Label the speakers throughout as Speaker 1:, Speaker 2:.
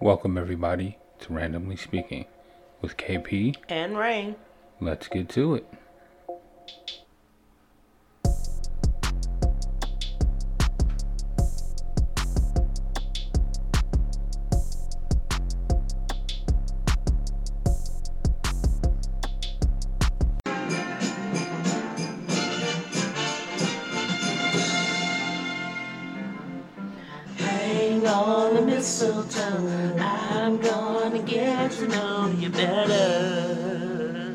Speaker 1: Welcome, everybody, to Randomly Speaking with KP.
Speaker 2: And rain.
Speaker 1: Let's get to it.
Speaker 2: Hang on the mistletoe. I'm gonna get to know you better.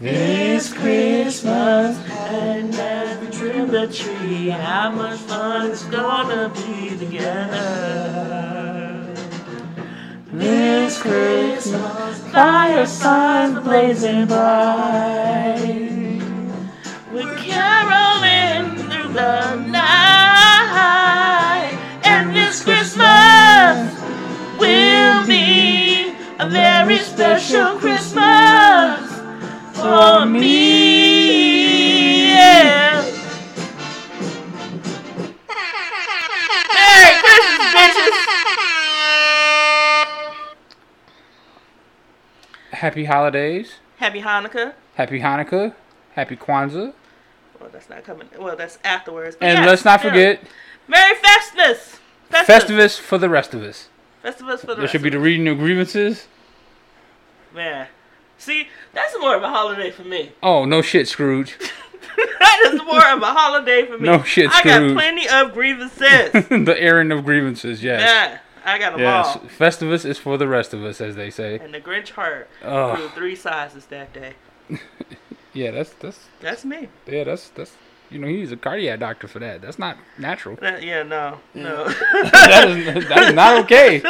Speaker 2: This Christmas and as we trim the tree, how much fun it's gonna be together. This Christmas, fire signs blazing bright. We're caroling through the night, and this Christmas will be a very special Christmas for me. Yeah. Merry Christmas, bitches!
Speaker 1: Happy holidays.
Speaker 2: Happy Hanukkah.
Speaker 1: Happy Hanukkah. Happy Kwanzaa.
Speaker 2: Well, that's not coming. Well, that's afterwards. but
Speaker 1: And
Speaker 2: yeah,
Speaker 1: let's not
Speaker 2: yeah.
Speaker 1: forget
Speaker 2: Merry Festivus.
Speaker 1: Festivus for the rest of us.
Speaker 2: Festivus for the
Speaker 1: There
Speaker 2: rest
Speaker 1: should be
Speaker 2: of
Speaker 1: the reading of grievances.
Speaker 2: us. man. See, that's more of a holiday for me.
Speaker 1: Oh, no shit, Scrooge.
Speaker 2: that is more of a holiday for me.
Speaker 1: No shit,
Speaker 2: I got
Speaker 1: Scrooge.
Speaker 2: plenty of grievances.
Speaker 1: the errand of grievances, yes.
Speaker 2: yeah, Oh. I got them
Speaker 1: Yes.
Speaker 2: all.
Speaker 1: Festivus is for the rest of us, as they say.
Speaker 2: And the Grinch heart grew
Speaker 1: Oh,
Speaker 2: three sizes that day.
Speaker 1: yeah, that's that's
Speaker 2: That's me.
Speaker 1: yeah, that's that's you know, he's a cardiac doctor for that. That's not natural.
Speaker 2: That- yeah, no, no.
Speaker 1: that is that is not okay.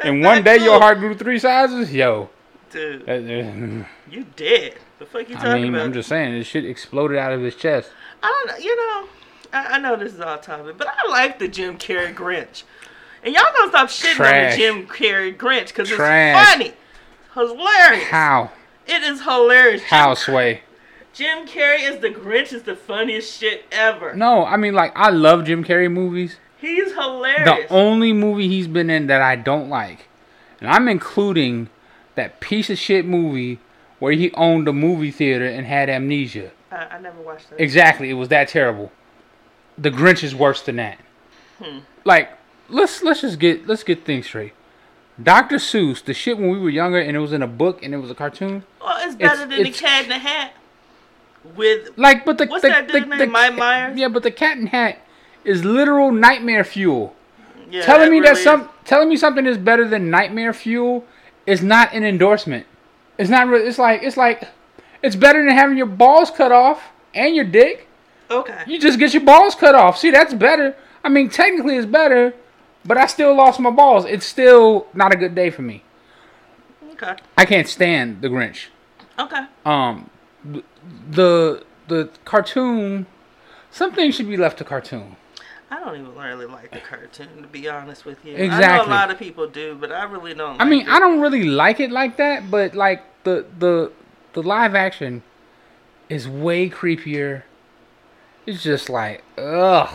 Speaker 1: And one day your heart grew three sizes, yo.
Speaker 2: Dude,
Speaker 1: That- uh,
Speaker 2: you dead. The fuck you talking
Speaker 1: I mean,
Speaker 2: about?
Speaker 1: I'm just saying, this shit exploded out of his chest.
Speaker 2: I don't know. You know, I, I know this is all topic, but I like the Jim Carrey Grinch. And y'all gonna stop shitting on the
Speaker 1: Trash.
Speaker 2: Jim Carrey Grinch because it's
Speaker 1: Trash.
Speaker 2: funny, hilarious.
Speaker 1: How?
Speaker 2: It is hilarious.
Speaker 1: How, Sway?
Speaker 2: Jim Carrey is the Grinch is the funniest shit ever.
Speaker 1: No, I mean, like, I love Jim Carrey movies.
Speaker 2: He's
Speaker 1: The
Speaker 2: hilarious.
Speaker 1: only movie he's been in that I don't like, and I'm including that piece of shit movie where he owned a movie theater and had amnesia.
Speaker 2: I, I never watched that.
Speaker 1: Exactly, it was that terrible. The Grinch is worse than that. Like, let's let's just get let's get things straight. Dr. Seuss, the shit when we were younger and it was in a book and it was a cartoon.
Speaker 2: well, Oh, it's better than
Speaker 1: it's-
Speaker 2: the Cat in the Hat. With
Speaker 1: Like, but the
Speaker 2: What's
Speaker 1: the,
Speaker 2: that
Speaker 1: the,
Speaker 2: dude's
Speaker 1: the-
Speaker 2: name, Mike Myers?
Speaker 1: Yeah, but the Cat in Hat is literal nightmare fuel.
Speaker 2: yeah,
Speaker 1: telling me that
Speaker 2: really
Speaker 1: some
Speaker 2: is-
Speaker 1: telling me something is better than nightmare fuel is not an endorsement. It's not really. It's like it's like it's better than having your balls cut off and your dick.
Speaker 2: okay.
Speaker 1: You just get your balls cut off. See, that's better. I mean, technically it's better, but I still lost my balls. It's still not a good day for me.
Speaker 2: Okay.
Speaker 1: I can't stand the Grinch.
Speaker 2: Okay.
Speaker 1: Um, th- the the cartoon. Something should be left to cartoon.
Speaker 2: I don't even really like the cartoon, to be honest with you. I know
Speaker 1: Exactly.
Speaker 2: a lot of people do, but I really don't.
Speaker 1: I
Speaker 2: like
Speaker 1: mean,
Speaker 2: it.
Speaker 1: I don't really like it like that, but like the the the live action is way creepier. It's just like ugh,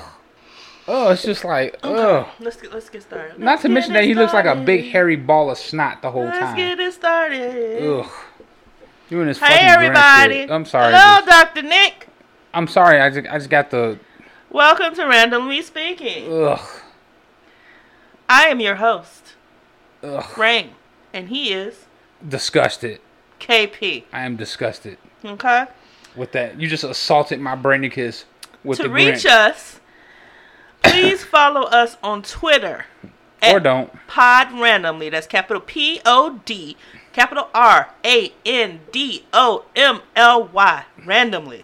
Speaker 1: oh, it's just like ugh.
Speaker 2: Let's get let's get started.
Speaker 1: Not
Speaker 2: Let's
Speaker 1: to
Speaker 2: get
Speaker 1: mention
Speaker 2: it
Speaker 1: that he looks like a big
Speaker 2: started.
Speaker 1: hairy ball of snot the whole
Speaker 2: Let's
Speaker 1: time.
Speaker 2: get it started.
Speaker 1: Ugh, doing this.
Speaker 2: Hey
Speaker 1: fucking Grinch shit.
Speaker 2: everybody!
Speaker 1: I'm sorry.
Speaker 2: Hello,
Speaker 1: dude.
Speaker 2: Doctor Nick.
Speaker 1: I'm sorry. I just I just got the
Speaker 2: Welcome to Randomly Speaking.
Speaker 1: ugh,
Speaker 2: I am your host,
Speaker 1: ugh,
Speaker 2: Rain, and he is
Speaker 1: disgusted.
Speaker 2: KP.
Speaker 1: I am disgusted
Speaker 2: Okay.
Speaker 1: with that. You just assaulted my brainicus with
Speaker 2: to
Speaker 1: the
Speaker 2: reach
Speaker 1: Grinch.
Speaker 2: us, please follow us on Twitter
Speaker 1: or
Speaker 2: at
Speaker 1: don't.
Speaker 2: Pod Randomly. That's capital P O D, capital R A N D O M L Y. Randomly.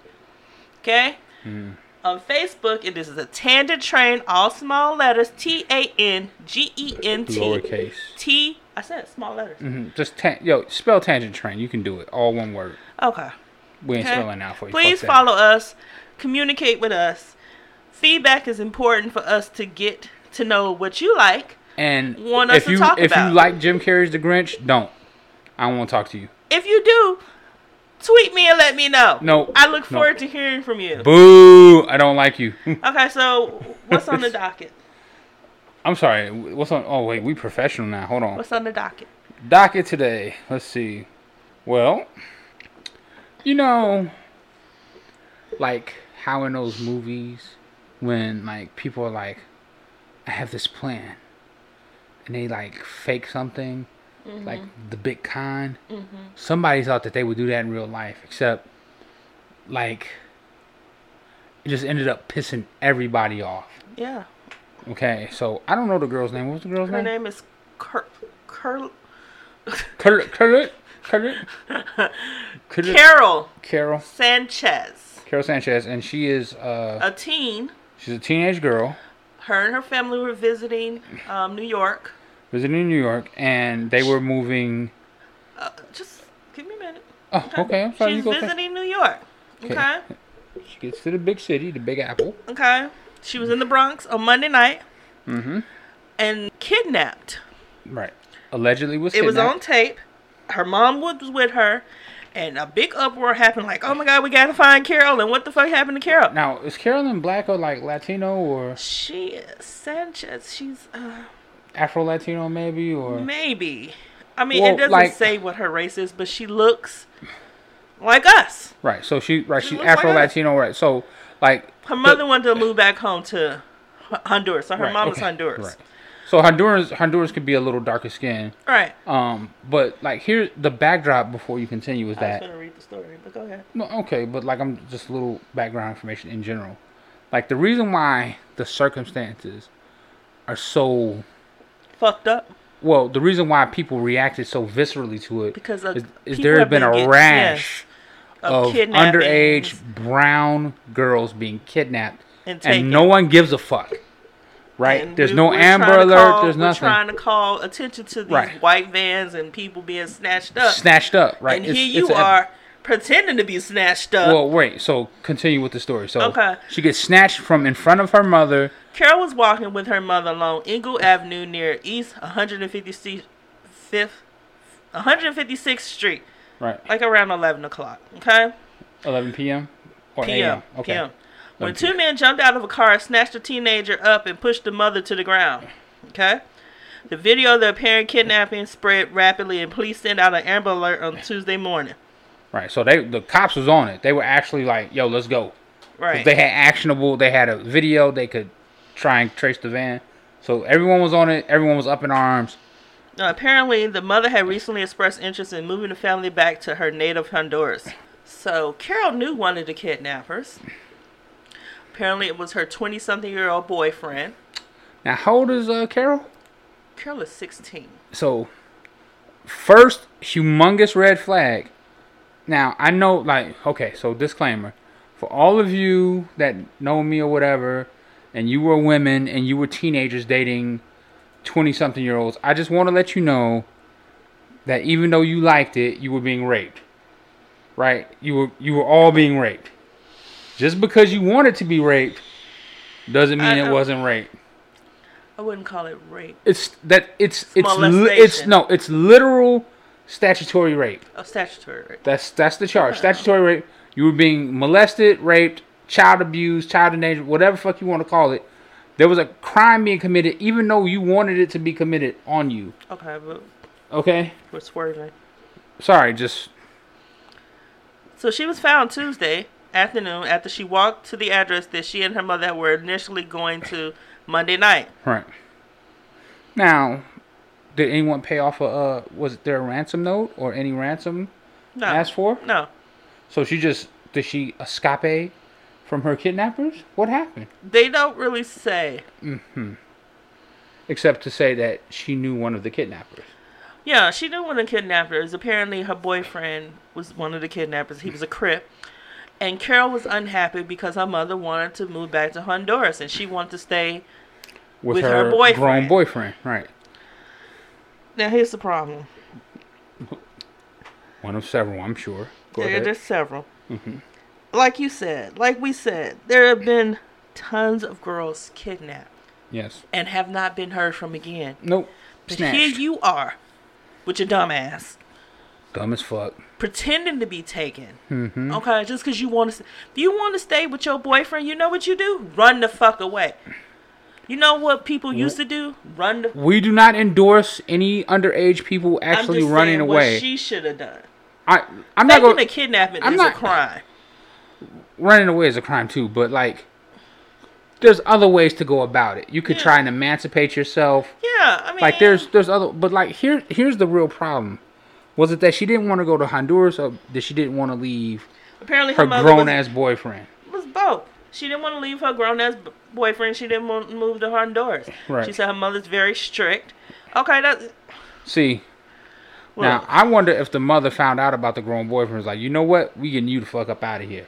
Speaker 2: Okay?
Speaker 1: Mm-hmm.
Speaker 2: On Facebook, it is a tangent train, all small letters T A N G E N T.
Speaker 1: Lowercase.
Speaker 2: T. I said small letters.
Speaker 1: Mhm. Just tan- yo, spell tangent train. You can do it. All one word.
Speaker 2: Okay.
Speaker 1: We ain't
Speaker 2: Okay.
Speaker 1: spelling out for you.
Speaker 2: Please
Speaker 1: Fuck that.
Speaker 2: follow us, communicate with us. Feedback is important for us to get to know what you like.
Speaker 1: And
Speaker 2: want us
Speaker 1: if
Speaker 2: to
Speaker 1: you
Speaker 2: talk
Speaker 1: if
Speaker 2: about.
Speaker 1: you like Jim Carrey's The Grinch, don't. I don't want to talk to you.
Speaker 2: If you do, tweet me and let me know.
Speaker 1: No,
Speaker 2: I look
Speaker 1: no.
Speaker 2: forward to hearing from you.
Speaker 1: Boo! I don't like you.
Speaker 2: Okay, so what's on the docket?
Speaker 1: I'm sorry. wh- What's on? Oh wait, we professional now. Hold on.
Speaker 2: What's on the docket?
Speaker 1: Docket today. Let's see. Well, you know, like how in those movies when like people are like, I have this plan, and they like fake something, like the big con. Somebody thought that they would do that in real life, except like it just ended up pissing everybody off.
Speaker 2: Yeah.
Speaker 1: Okay, so I don't know the girl's name. What's the girl's
Speaker 2: Her
Speaker 1: name?
Speaker 2: name is Cur- Cur-
Speaker 1: Carol. Carol. Carol. Carol.
Speaker 2: Carol
Speaker 1: Carol.
Speaker 2: Sanchez,
Speaker 1: Carol Sanchez, and she is uh,
Speaker 2: a teen.
Speaker 1: she's a teenage girl
Speaker 2: Her and her family were visiting um, New York.
Speaker 1: visiting New York, and they were moving.
Speaker 2: Uh, just give me a minute.
Speaker 1: Oh, okay. I'm sorry.
Speaker 2: She's
Speaker 1: you go first.
Speaker 2: visiting New York.
Speaker 1: Okay.
Speaker 2: okay.
Speaker 1: She gets to the big city, the Big Apple.
Speaker 2: Okay. She was in the Bronx on Monday night. Mm-hmm. And kidnapped.
Speaker 1: Right. Allegedly was.
Speaker 2: It was
Speaker 1: kidnapped.
Speaker 2: on tape. Her mom was with her. And a big uproar happened like, oh my God, we got to find Carol. And what the fuck happened to Carol?
Speaker 1: Now is Carolyn black or like Latino or
Speaker 2: She is Sanchez. She's uh,
Speaker 1: Afro Latino maybe or
Speaker 2: maybe. I mean,
Speaker 1: Well,
Speaker 2: it doesn't
Speaker 1: like-
Speaker 2: say what her race is, but she looks like us.
Speaker 1: right? So she right she's
Speaker 2: looks like us.
Speaker 1: Afro Latino right? So like
Speaker 2: Her mother wanted to move back home to H- Honduras. So her
Speaker 1: right,
Speaker 2: mom is
Speaker 1: okay,
Speaker 2: Honduras.
Speaker 1: Right. So Honduras Honduras could be a little darker skinned.
Speaker 2: All right.
Speaker 1: Um, but like here, the backdrop before you continue is
Speaker 2: I was
Speaker 1: that
Speaker 2: going to read the story, but go ahead.
Speaker 1: no, okay, but like I'm just a little background information in general. Like the reason why the circumstances are so
Speaker 2: Fucked up.
Speaker 1: well, the reason why people reacted so viscerally to it
Speaker 2: Because of
Speaker 1: is, is
Speaker 2: people
Speaker 1: there has
Speaker 2: have
Speaker 1: been
Speaker 2: been
Speaker 1: a
Speaker 2: get-
Speaker 1: rash
Speaker 2: of
Speaker 1: of
Speaker 2: kidnappings.
Speaker 1: underage brown girls being kidnapped,
Speaker 2: And
Speaker 1: and,
Speaker 2: taken.
Speaker 1: no one gives a fuck. Right?
Speaker 2: And
Speaker 1: there's
Speaker 2: we-
Speaker 1: no
Speaker 2: we're
Speaker 1: Amber
Speaker 2: trying to
Speaker 1: Alert.
Speaker 2: call-
Speaker 1: there's
Speaker 2: we're
Speaker 1: nothing.
Speaker 2: trying to call attention to these
Speaker 1: Right.
Speaker 2: white vans and people being snatched up.
Speaker 1: Snatched up, right?
Speaker 2: and
Speaker 1: It's-
Speaker 2: here you
Speaker 1: it's a-
Speaker 2: are pretending to be snatched up.
Speaker 1: Well, wait. So continue with the story. So
Speaker 2: Okay.
Speaker 1: she gets snatched from in front of her mother.
Speaker 2: Carol was walking with her mother along Ingle Avenue near East 155th, 156th Street,
Speaker 1: Right.
Speaker 2: like around 11 o'clock. Okay.
Speaker 1: 11 p.m. or
Speaker 2: PM.
Speaker 1: a.m. Okay.
Speaker 2: PM. When
Speaker 1: 11
Speaker 2: two men jumped out of a car, snatched the teenager up, and pushed the mother to the ground. Okay? The video of the apparent kidnapping spread rapidly, and police sent out an Amber Alert on Tuesday morning.
Speaker 1: Right. So they the cops was on it. They were actually like, "Yo, let's go." 'Cause
Speaker 2: Right.
Speaker 1: They had actionable. They had a video. They could try and trace the van. So everyone was on it. Everyone was up in arms.
Speaker 2: Now, apparently, the mother had recently expressed interest in moving the family back to her native Honduras. So, Carol knew one of the kidnappers. Apparently, it was her 20 something year old boyfriend.
Speaker 1: Now, how old is uh, Carol?
Speaker 2: Carol is 16.
Speaker 1: So, first humongous red flag. Now, I know, like, okay, so disclaimer. For all of you that know me or whatever, and you were women and you were teenagers dating 20 something year olds, I just want to let you know that even though you liked it, you were being raped. Right? You were you were all being raped. Just because you wanted to be raped doesn't mean
Speaker 2: I
Speaker 1: it
Speaker 2: know.
Speaker 1: wasn't rape
Speaker 2: I wouldn't call it rape,
Speaker 1: it's that it's it's li-
Speaker 2: molestation.
Speaker 1: it's no it's literal statutory rape
Speaker 2: a statutory rape.
Speaker 1: that's that's the charge statutory rape you were being molested raped child abused child endangered whatever fuck you want to call it there was a crime being committed even though you wanted it to be committed on you
Speaker 2: Okay, but
Speaker 1: okay
Speaker 2: we're swerving.
Speaker 1: sorry just
Speaker 2: So she was found Tuesday afternoon after she walked to the address that she and her mother were initially going to Monday night.
Speaker 1: right now did anyone pay off a uh was there a ransom note or any ransom
Speaker 2: No.
Speaker 1: asked for
Speaker 2: No.
Speaker 1: so she just did she escape from her kidnappers what happened
Speaker 2: They don't really say.
Speaker 1: except to say that she knew one of the kidnappers.
Speaker 2: Yeah, she knew one of the kidnappers. Apparently, her boyfriend was one of the kidnappers. He was a crip. And Carol was unhappy because her mother wanted to move back to Honduras and she wanted to stay.
Speaker 1: With,
Speaker 2: With her
Speaker 1: her,
Speaker 2: boyfriend.
Speaker 1: grown boyfriend, right?
Speaker 2: Now, here's the problem
Speaker 1: One of several, I'm sure. Go
Speaker 2: there,
Speaker 1: ahead. Mm-hmm.
Speaker 2: there's several. Like you said, like we said, there have been tons of girls kidnapped
Speaker 1: Yes.
Speaker 2: and have not been heard from again.
Speaker 1: Nope.
Speaker 2: But
Speaker 1: Snatched.
Speaker 2: here you are with your dumb ass
Speaker 1: Dumb as fuck.
Speaker 2: pretending to be taken.
Speaker 1: Mm-hmm.
Speaker 2: Okay, just because you want to, if you want to stay with your boyfriend, you know what you do? Run the fuck away. You know what people used to do? Run the.
Speaker 1: We do not endorse any underage people
Speaker 2: I'm
Speaker 1: actually
Speaker 2: just
Speaker 1: running
Speaker 2: saying
Speaker 1: away.
Speaker 2: what she should have done.
Speaker 1: I I'm not
Speaker 2: Taking
Speaker 1: going
Speaker 2: a kidnapping
Speaker 1: I'm
Speaker 2: is
Speaker 1: not-
Speaker 2: a crime.
Speaker 1: running away is a crime too, but like there's other ways to go about it. You could
Speaker 2: Yeah.
Speaker 1: try and emancipate yourself.
Speaker 2: Yeah, I mean,
Speaker 1: Like there's there's other but like here here's the real problem. Was it that she didn't want to go to Honduras or that she didn't want to leave
Speaker 2: apparently her,
Speaker 1: her
Speaker 2: mother
Speaker 1: grown
Speaker 2: was,
Speaker 1: ass boyfriend?
Speaker 2: was both. She didn't want to leave her grown ass boyfriend. She didn't want to move to Honduras.
Speaker 1: Right.
Speaker 2: She said her mother's very strict. Okay, that's
Speaker 1: See,
Speaker 2: well,
Speaker 1: now I wonder if the mother found out about the grown boyfriend was like, you know what, we getting you the fuck up out of here.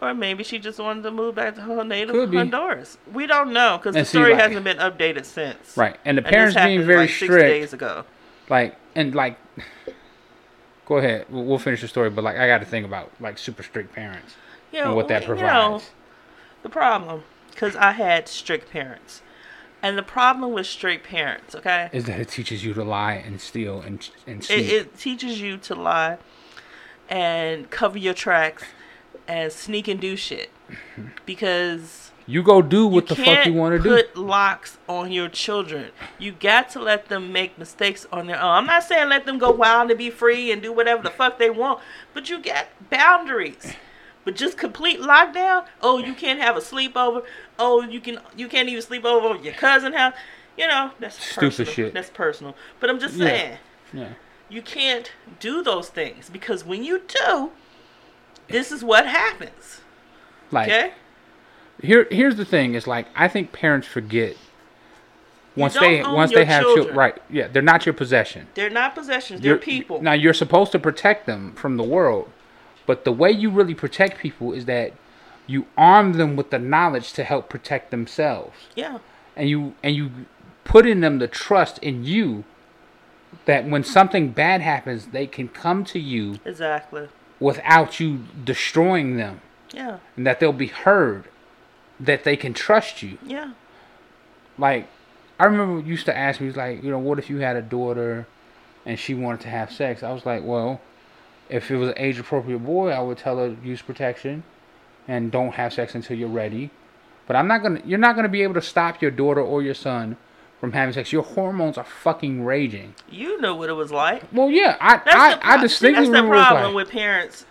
Speaker 2: or maybe she just wanted to move back to her
Speaker 1: Could
Speaker 2: native
Speaker 1: be.
Speaker 2: Honduras. We don't know because the
Speaker 1: And see,
Speaker 2: story
Speaker 1: like-
Speaker 2: hasn't been updated since.
Speaker 1: Right. And the
Speaker 2: And this
Speaker 1: parents being
Speaker 2: happened,
Speaker 1: very
Speaker 2: like, six
Speaker 1: strict.
Speaker 2: days ago.
Speaker 1: like and like go ahead we'll, we'll finish the story but like i gotta think about like super strict parents
Speaker 2: Yeah,
Speaker 1: and what that
Speaker 2: well,
Speaker 1: provides
Speaker 2: you know, the problem because I had strict parents, and the problem with strict parents, okay,
Speaker 1: is that it teaches you to lie and steal and and sneak
Speaker 2: it, it teaches you to lie and cover your tracks and sneak and do shit
Speaker 1: Mm-hmm.
Speaker 2: because
Speaker 1: you go do what the fuck
Speaker 2: can't
Speaker 1: you want to do
Speaker 2: put locks on your children. You got to let them make mistakes on their own. I'm not saying let them go wild and be free and do whatever the fuck they want, but you got boundaries. But just complete lockdown. Oh, you can't have a sleepover. Oh, you can you can't even sleep over at your cousin house. You know that's
Speaker 1: Stupid
Speaker 2: personal.
Speaker 1: shit.
Speaker 2: That's personal. But I'm just
Speaker 1: Yeah.
Speaker 2: saying
Speaker 1: yeah
Speaker 2: you can't do those things because when you do, this is what happens.
Speaker 1: like
Speaker 2: Okay.
Speaker 1: here here's the thing is like i think parents forget once
Speaker 2: don't
Speaker 1: they
Speaker 2: own
Speaker 1: once
Speaker 2: your
Speaker 1: they have
Speaker 2: children.
Speaker 1: children right yeah they're not your possession
Speaker 2: They're not possessions. They're
Speaker 1: you're
Speaker 2: people.
Speaker 1: Now you're supposed to protect them from the world, but the way you really protect people is that you arm them with the knowledge to help protect themselves,
Speaker 2: yeah.
Speaker 1: and you and you put in them the trust in you that when something bad happens, they can come to you
Speaker 2: Exactly.
Speaker 1: without you destroying them,
Speaker 2: Yeah.
Speaker 1: and that they'll be heard, that they can trust you.
Speaker 2: Yeah.
Speaker 1: like I remember you used to ask me like, you know, what if you had a daughter and she wanted to have sex? I was like, well, if it was an age appropriate boy, I would tell her use protection and don't have sex until you're ready. But I'm not going to you're not going to be able to stop your daughter or your son from having sex. Your hormones are fucking raging.
Speaker 2: You know what it was like.
Speaker 1: Well, yeah, I
Speaker 2: That's
Speaker 1: I,
Speaker 2: the pro-
Speaker 1: I distinctly
Speaker 2: that's the
Speaker 1: remember it was
Speaker 2: problem
Speaker 1: like,
Speaker 2: with parents.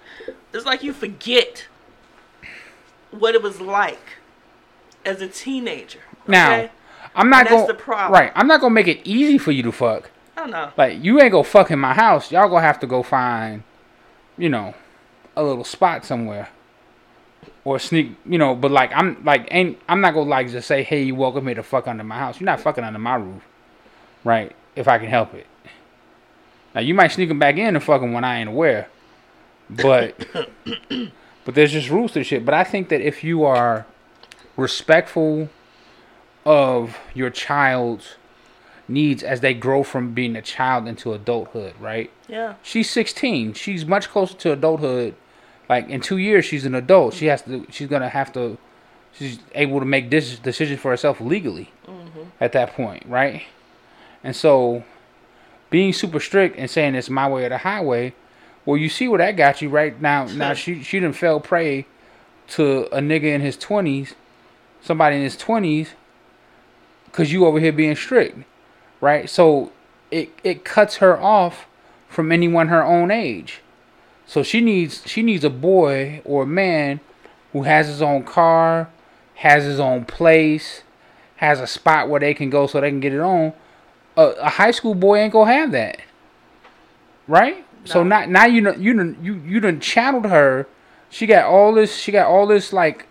Speaker 2: It's like you forget what it was like as a teenager.
Speaker 1: now.
Speaker 2: okay?
Speaker 1: I'm not
Speaker 2: And that's
Speaker 1: going
Speaker 2: the problem.
Speaker 1: Right, I'm not going to make it easy for you to fuck.
Speaker 2: I don't know.
Speaker 1: Like you ain't gonna fuck in my house. Y'all gonna have to go find, you know, a little spot somewhere, or sneak. You know, but like I'm like ain't I'm not gonna like just say hey you welcome here to fuck under my house. You're not fucking under my roof, right? If I can help it. Now you might sneak 'em back in and fuck 'em when I ain't aware, but but there's just rules to shit. But I think that if you are respectful of your child's needs as they grow from being a child into adulthood, right?
Speaker 2: Yeah.
Speaker 1: She's 16. She's much closer to adulthood. Like in 2 years she's an adult. She has to she's going to have to she's able to make this decision for herself legally at that point, right? And so being super strict and saying it's my way or the highway, well you see where that got you right now. Now she she didn't fell prey to a nigga in his 20s, somebody in his 20s cuz you over here being strict right? So it it cuts her off from anyone her own age. So she needs she needs a boy or a man who has his own car, has his own place, has a spot where they can go so they can get it on. A, a high school boy ain't gonna have that, right? So
Speaker 2: No.
Speaker 1: not now you know you done, you you done channeled her. She got all this she got all this like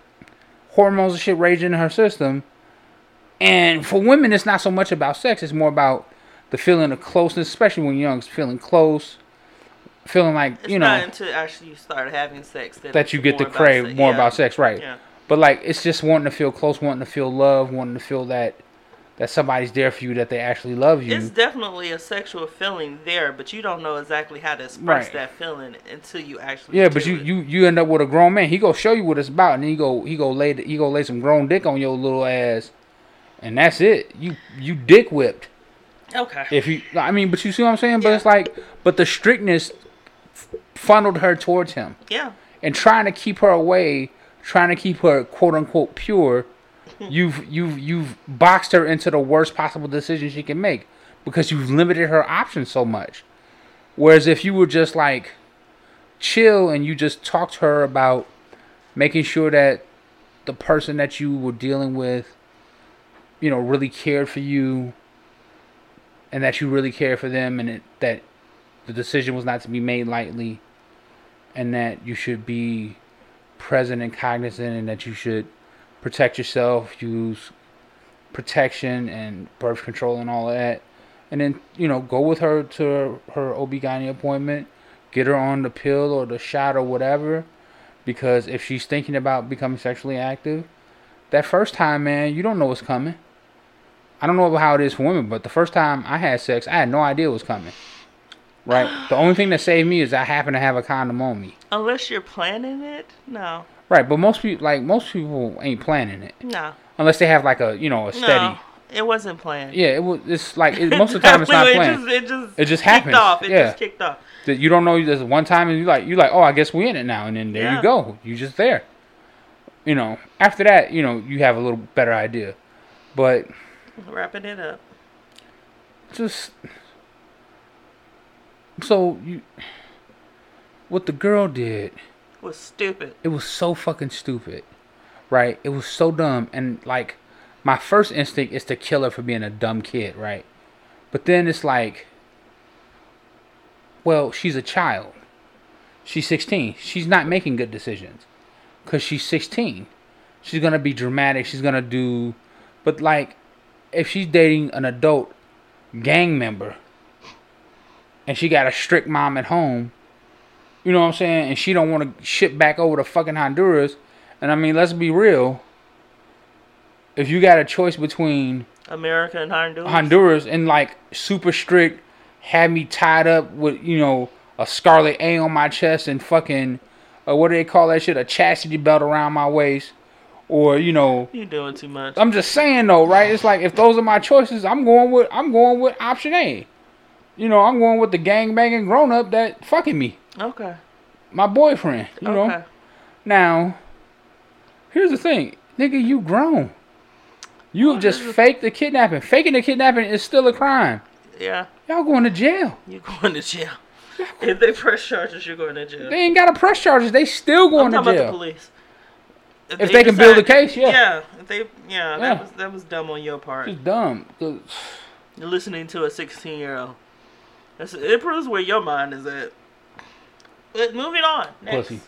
Speaker 1: hormones and shit raging in her system. And for women, it's not so much about sex; it's more about the feeling of closeness, especially when you're young. it's Feeling close, feeling like
Speaker 2: It's
Speaker 1: you
Speaker 2: not
Speaker 1: know
Speaker 2: until actually you start having sex that,
Speaker 1: that
Speaker 2: it's
Speaker 1: you get to
Speaker 2: more about
Speaker 1: crave
Speaker 2: sex.
Speaker 1: more
Speaker 2: Yeah.
Speaker 1: about sex, right?
Speaker 2: Yeah.
Speaker 1: But like, it's just wanting to feel close, wanting to feel love, wanting to feel that that somebody's there for you, that they actually love you.
Speaker 2: It's definitely a sexual feeling there, but you don't know exactly how to express
Speaker 1: Right.
Speaker 2: that feeling until you actually.
Speaker 1: yeah, but
Speaker 2: do
Speaker 1: you,
Speaker 2: it.
Speaker 1: you you end up with a grown man. He go show you what it's about, and he go he go lay the- he go lay some grown dick on your little ass, and that's it. You you dick whipped.
Speaker 2: okay.
Speaker 1: If you, I mean, but you see what I'm saying? But
Speaker 2: Yeah.
Speaker 1: it's like, but the strictness f- funneled her towards him
Speaker 2: yeah,
Speaker 1: and trying to keep her away, trying to keep her quote unquote pure, you've you've you've boxed her into the worst possible decision she can make because you've limited her options so much. Whereas if you were just like chill and you just talked to her about making sure that the person that you were dealing with, you know, really cared for you and that you really cared for them and it, that the decision was not to be made lightly and that you should be present and cognizant and that you should protect yourself, use protection and birth control and all of that. And then, you know, go with her to her, her OB-GYN appointment, get her on the pill or the shot or whatever. Because if she's thinking about becoming sexually active, that first time, man, you don't know what's coming. I don't know how it is for women, but the first time I had sex, I had no idea what was coming. Right? the only thing that saved me is I happened to have a condom on me.
Speaker 2: Unless you're planning it, no,
Speaker 1: Right, but most people like most people ain't planning it
Speaker 2: no,
Speaker 1: unless they have like a you know a steady.
Speaker 2: no. It wasn't planned.
Speaker 1: Yeah, it was. It's like it, most of the time it's not
Speaker 2: it
Speaker 1: planned.
Speaker 2: Just, it just
Speaker 1: It just
Speaker 2: kicked
Speaker 1: happens.
Speaker 2: off. It
Speaker 1: Yeah.
Speaker 2: just kicked off.
Speaker 1: That you don't know. There's one time and you like you like oh I guess we in it now and then there
Speaker 2: Yeah.
Speaker 1: you go. You just there. You know. After that, you know you have a little better idea, but
Speaker 2: Wrapping it up.
Speaker 1: just so you what the girl did
Speaker 2: Was stupid.
Speaker 1: it was so fucking stupid right it was so dumb and like my first instinct is to kill her for being a dumb kid right but then it's like well she's a child she's 16 she's not making good decisions because she's 16 she's gonna be dramatic she's gonna do but like if she's dating an adult gang member and she got a strict mom at home you know what I'm saying? And she don't want to ship back over to fucking Honduras. And I mean, let's be real. If you got a choice between
Speaker 2: America and Honduras.
Speaker 1: Honduras and like super strict, had me tied up with you know a scarlet A on my chest and fucking, uh, what do they call that shit? A chastity belt around my waist, or you know,
Speaker 2: You doing too much.
Speaker 1: I'm just saying though, right? It's like if those are my choices, I'm going with I'm going with option A. You know, I'm going with the gang banging grown up that fucking me,
Speaker 2: Okay.
Speaker 1: my boyfriend. Oh. You
Speaker 2: okay.
Speaker 1: know. Now, here's the thing, nigga, you grown. You have just faked the kidnapping. Faking the kidnapping is still a crime.
Speaker 2: Yeah.
Speaker 1: Y'all going to jail.
Speaker 2: You going to jail. if they press charges, you're going to jail.
Speaker 1: They ain't got to press charges. They still
Speaker 2: I'm
Speaker 1: going to
Speaker 2: talking about the
Speaker 1: jail.
Speaker 2: police.
Speaker 1: If they can build a case, yeah.
Speaker 2: Yeah. If they,
Speaker 1: Yeah.
Speaker 2: yeah, That was that was dumb on your part.
Speaker 1: It's dumb. The-
Speaker 2: You're listening to a 16 year old. That's it. Proves where your mind is at. But moving on. Next.
Speaker 1: Pussy.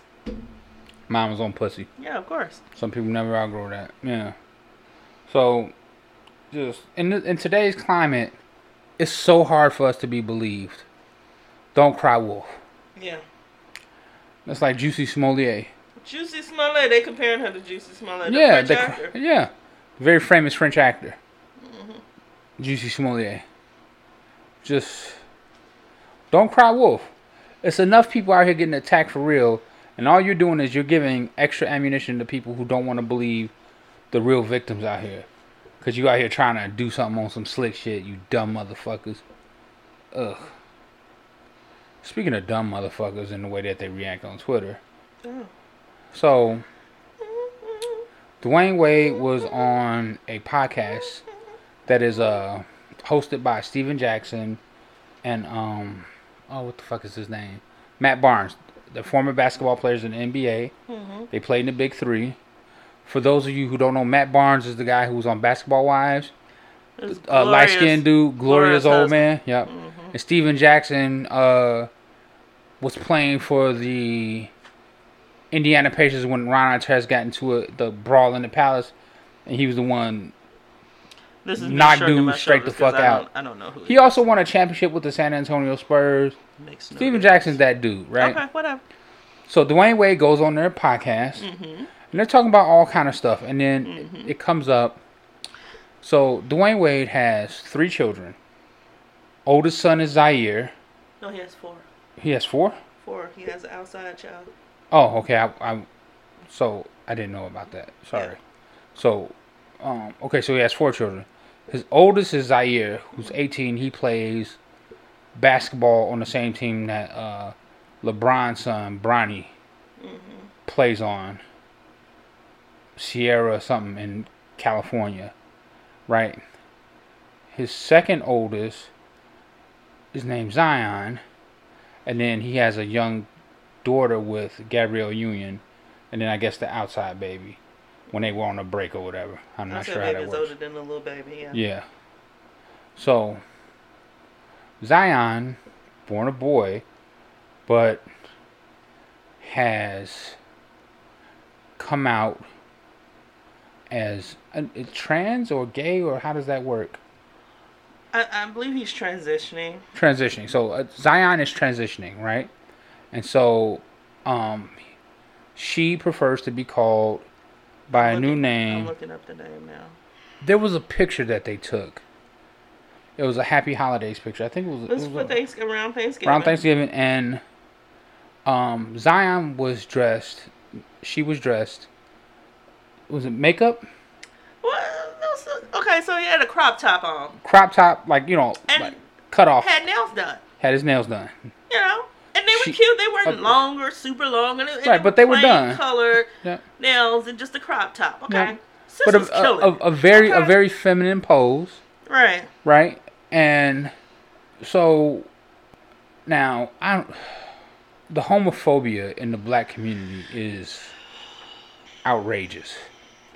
Speaker 1: Mine was on pussy.
Speaker 2: Yeah, of course.
Speaker 1: Some people never outgrow that. Yeah. So, just in th- in today's climate, it's so hard for us to be believed. Don't cry wolf.
Speaker 2: Yeah.
Speaker 1: That's like Juicy Smollier.
Speaker 2: Juicy Smollett. They comparing her to Juicy Smollett. the
Speaker 1: yeah,
Speaker 2: French
Speaker 1: the-
Speaker 2: actor.
Speaker 1: yeah, very famous French actor,
Speaker 2: Mm-hmm.
Speaker 1: Juicy Smollett. Just don't cry wolf. It's enough people out here getting attacked for real, and all you're doing is you're giving extra ammunition to people who don't want to believe the real victims out here. Cause you out here trying to do something on some slick shit, you dumb motherfuckers. Ugh. Speaking of dumb motherfuckers and the way that they react on Twitter.
Speaker 2: Oh.
Speaker 1: So Dwayne Wade was on a podcast that is uh hosted by Steven Jackson and um oh what the fuck is his name? Matt Barnes. The former basketball players in the NBA. They played in the Big Three. For those of you who don't know, Matt Barnes is the guy who was on Basketball Wives.
Speaker 2: It was
Speaker 1: Uh, light skinned
Speaker 2: glorious.
Speaker 1: dude, glorious,
Speaker 2: Glorious
Speaker 1: old
Speaker 2: husband. Mm-hmm.
Speaker 1: man. Yep. And Steven Jackson uh was playing for the Indiana Pacers when Ron Artest got into a, the brawl in the palace, and he was the one
Speaker 2: This is me
Speaker 1: knock
Speaker 2: shrugging
Speaker 1: dude
Speaker 2: my
Speaker 1: straight the
Speaker 2: shoulders
Speaker 1: fuck
Speaker 2: 'cause I don't-
Speaker 1: out.
Speaker 2: I don't know who
Speaker 1: He also won a championship with the San Antonio Spurs.
Speaker 2: makes no
Speaker 1: Steven
Speaker 2: difference.
Speaker 1: Jackson's that dude, right?
Speaker 2: Okay, whatever.
Speaker 1: So Dwayne Wade goes on their podcast,
Speaker 2: Mm-hmm.
Speaker 1: and they're talking about all kind of stuff, and then it, it comes up. So Dwayne Wade has three children. Oldest son is Zaire.
Speaker 2: No, he has four.
Speaker 1: He has four.
Speaker 2: Four. He has an outside child.
Speaker 1: Oh, okay. I, I so I didn't know about that. Sorry.
Speaker 2: Yeah.
Speaker 1: So, um, okay. So he has four children. His oldest is Zaire, who's 18. He plays basketball on the same team that uh, LeBron's son Bronny plays on. Sierra something in California, right? His second oldest is named Zion, and then he has a young daughter with Gabrielle Union, and then I guess the outside baby when they were on a break or whatever. I'm not
Speaker 2: That's
Speaker 1: sure
Speaker 2: a
Speaker 1: how that
Speaker 2: baby is
Speaker 1: works.
Speaker 2: older than the little baby. Yeah.
Speaker 1: Yeah. So Zion, born a boy, but has come out as a, a trans or gay or how does that work?
Speaker 2: I, I believe he's transitioning.
Speaker 1: Transitioning. So uh, Zion is transitioning, right? And so um she prefers to be called by a new
Speaker 2: Looking-
Speaker 1: name.
Speaker 2: I'm looking up the name now.
Speaker 1: There was a picture that they took. It was a happy holidays picture. I think it was, it
Speaker 2: This
Speaker 1: was
Speaker 2: for
Speaker 1: a-
Speaker 2: Thanksgiving, around Thanksgiving.
Speaker 1: around Thanksgiving, and um, Zion was dressed. She was dressed. Was it makeup,
Speaker 2: Well, no, so- okay, so he had a crop top on,
Speaker 1: crop top, like you know,
Speaker 2: And
Speaker 1: like cut off?
Speaker 2: had nails done,
Speaker 1: Had his nails done.
Speaker 2: you know, and they were
Speaker 1: She-
Speaker 2: cute. They weren't
Speaker 1: uh,
Speaker 2: long or super long, and, it, and
Speaker 1: Right, but they were
Speaker 2: plain
Speaker 1: done.
Speaker 2: Color
Speaker 1: Yeah,
Speaker 2: nails and just a crop top. Okay,
Speaker 1: Yeah.
Speaker 2: sis
Speaker 1: but
Speaker 2: was
Speaker 1: a, a,
Speaker 2: killing.
Speaker 1: a, a very a
Speaker 2: Okay.
Speaker 1: very feminine pose,
Speaker 2: right.
Speaker 1: right? And so now I don't. The homophobia in the black community is outrageous.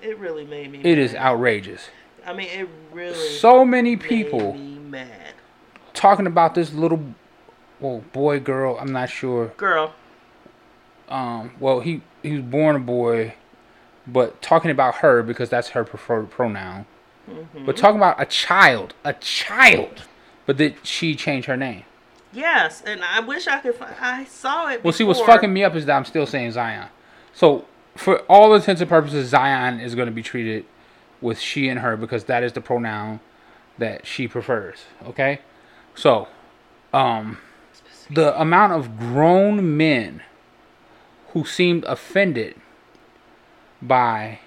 Speaker 2: It really made me.
Speaker 1: It is
Speaker 2: mad.
Speaker 1: outrageous.
Speaker 2: I mean, it really.
Speaker 1: So many
Speaker 2: made
Speaker 1: people.
Speaker 2: me mad.
Speaker 1: talking about this little well boy girl i'm not sure
Speaker 2: Girl,
Speaker 1: um well he he was born a boy but talking about her because that's her preferred pronoun but talking about a child a child but did she change her name
Speaker 2: yes, and I wish I could. Find, I saw it.
Speaker 1: well see what's
Speaker 2: before.
Speaker 1: fucking me up is that i'm still saying zion so for all intents and purposes zion is going to be treated with she and her because that is the pronoun that she prefers okay so um the amount of grown men who seemed offended by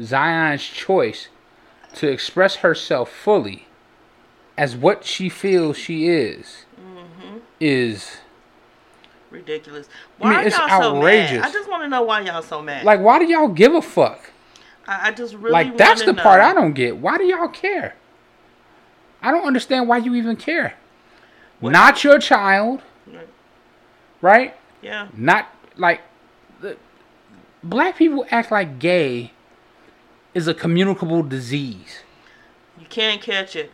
Speaker 1: Zion's choice to express herself fully as what she feels she is is
Speaker 2: ridiculous.
Speaker 1: I mean,
Speaker 2: Why
Speaker 1: it's
Speaker 2: y'all so
Speaker 1: outrageous.
Speaker 2: mad? I just want to know why y'all so mad.
Speaker 1: like why do y'all give a fuck?
Speaker 2: I, I just really
Speaker 1: Like that's
Speaker 2: wanna
Speaker 1: the part
Speaker 2: know.
Speaker 1: I don't get. Why do y'all care? I don't understand why you even care. Not your child, right?
Speaker 2: Yeah,
Speaker 1: not like the, black people act like gay is a communicable disease.
Speaker 2: you can't catch it.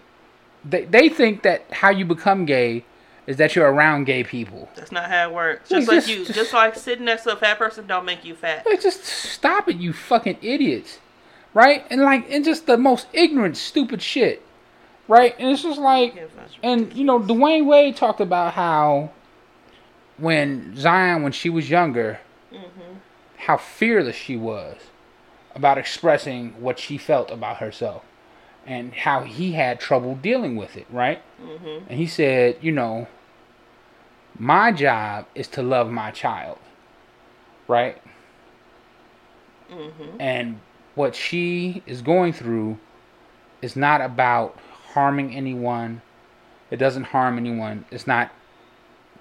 Speaker 1: They they think that how you become gay is that you're around gay people.
Speaker 2: That's not how it works.
Speaker 1: Well,
Speaker 2: Just like
Speaker 1: just-
Speaker 2: you,
Speaker 1: just-
Speaker 2: just like sitting next to a fat person don't make you fat.
Speaker 1: Like just stop it, you fucking idiots. Right? And like and just the most ignorant, stupid shit. Right? And it's just like
Speaker 2: Yeah, that's
Speaker 1: and you know, Dwayne Wade talked about how when Zion when she was younger,
Speaker 2: Mm-hmm.
Speaker 1: how fearless she was about expressing what she felt about herself and how he had trouble dealing with it, right?
Speaker 2: Mm-hmm.
Speaker 1: And he said, you know, my job is to love my child, right?
Speaker 2: Mm-hmm.
Speaker 1: And what she is going through is not about harming anyone. It doesn't harm anyone. It's not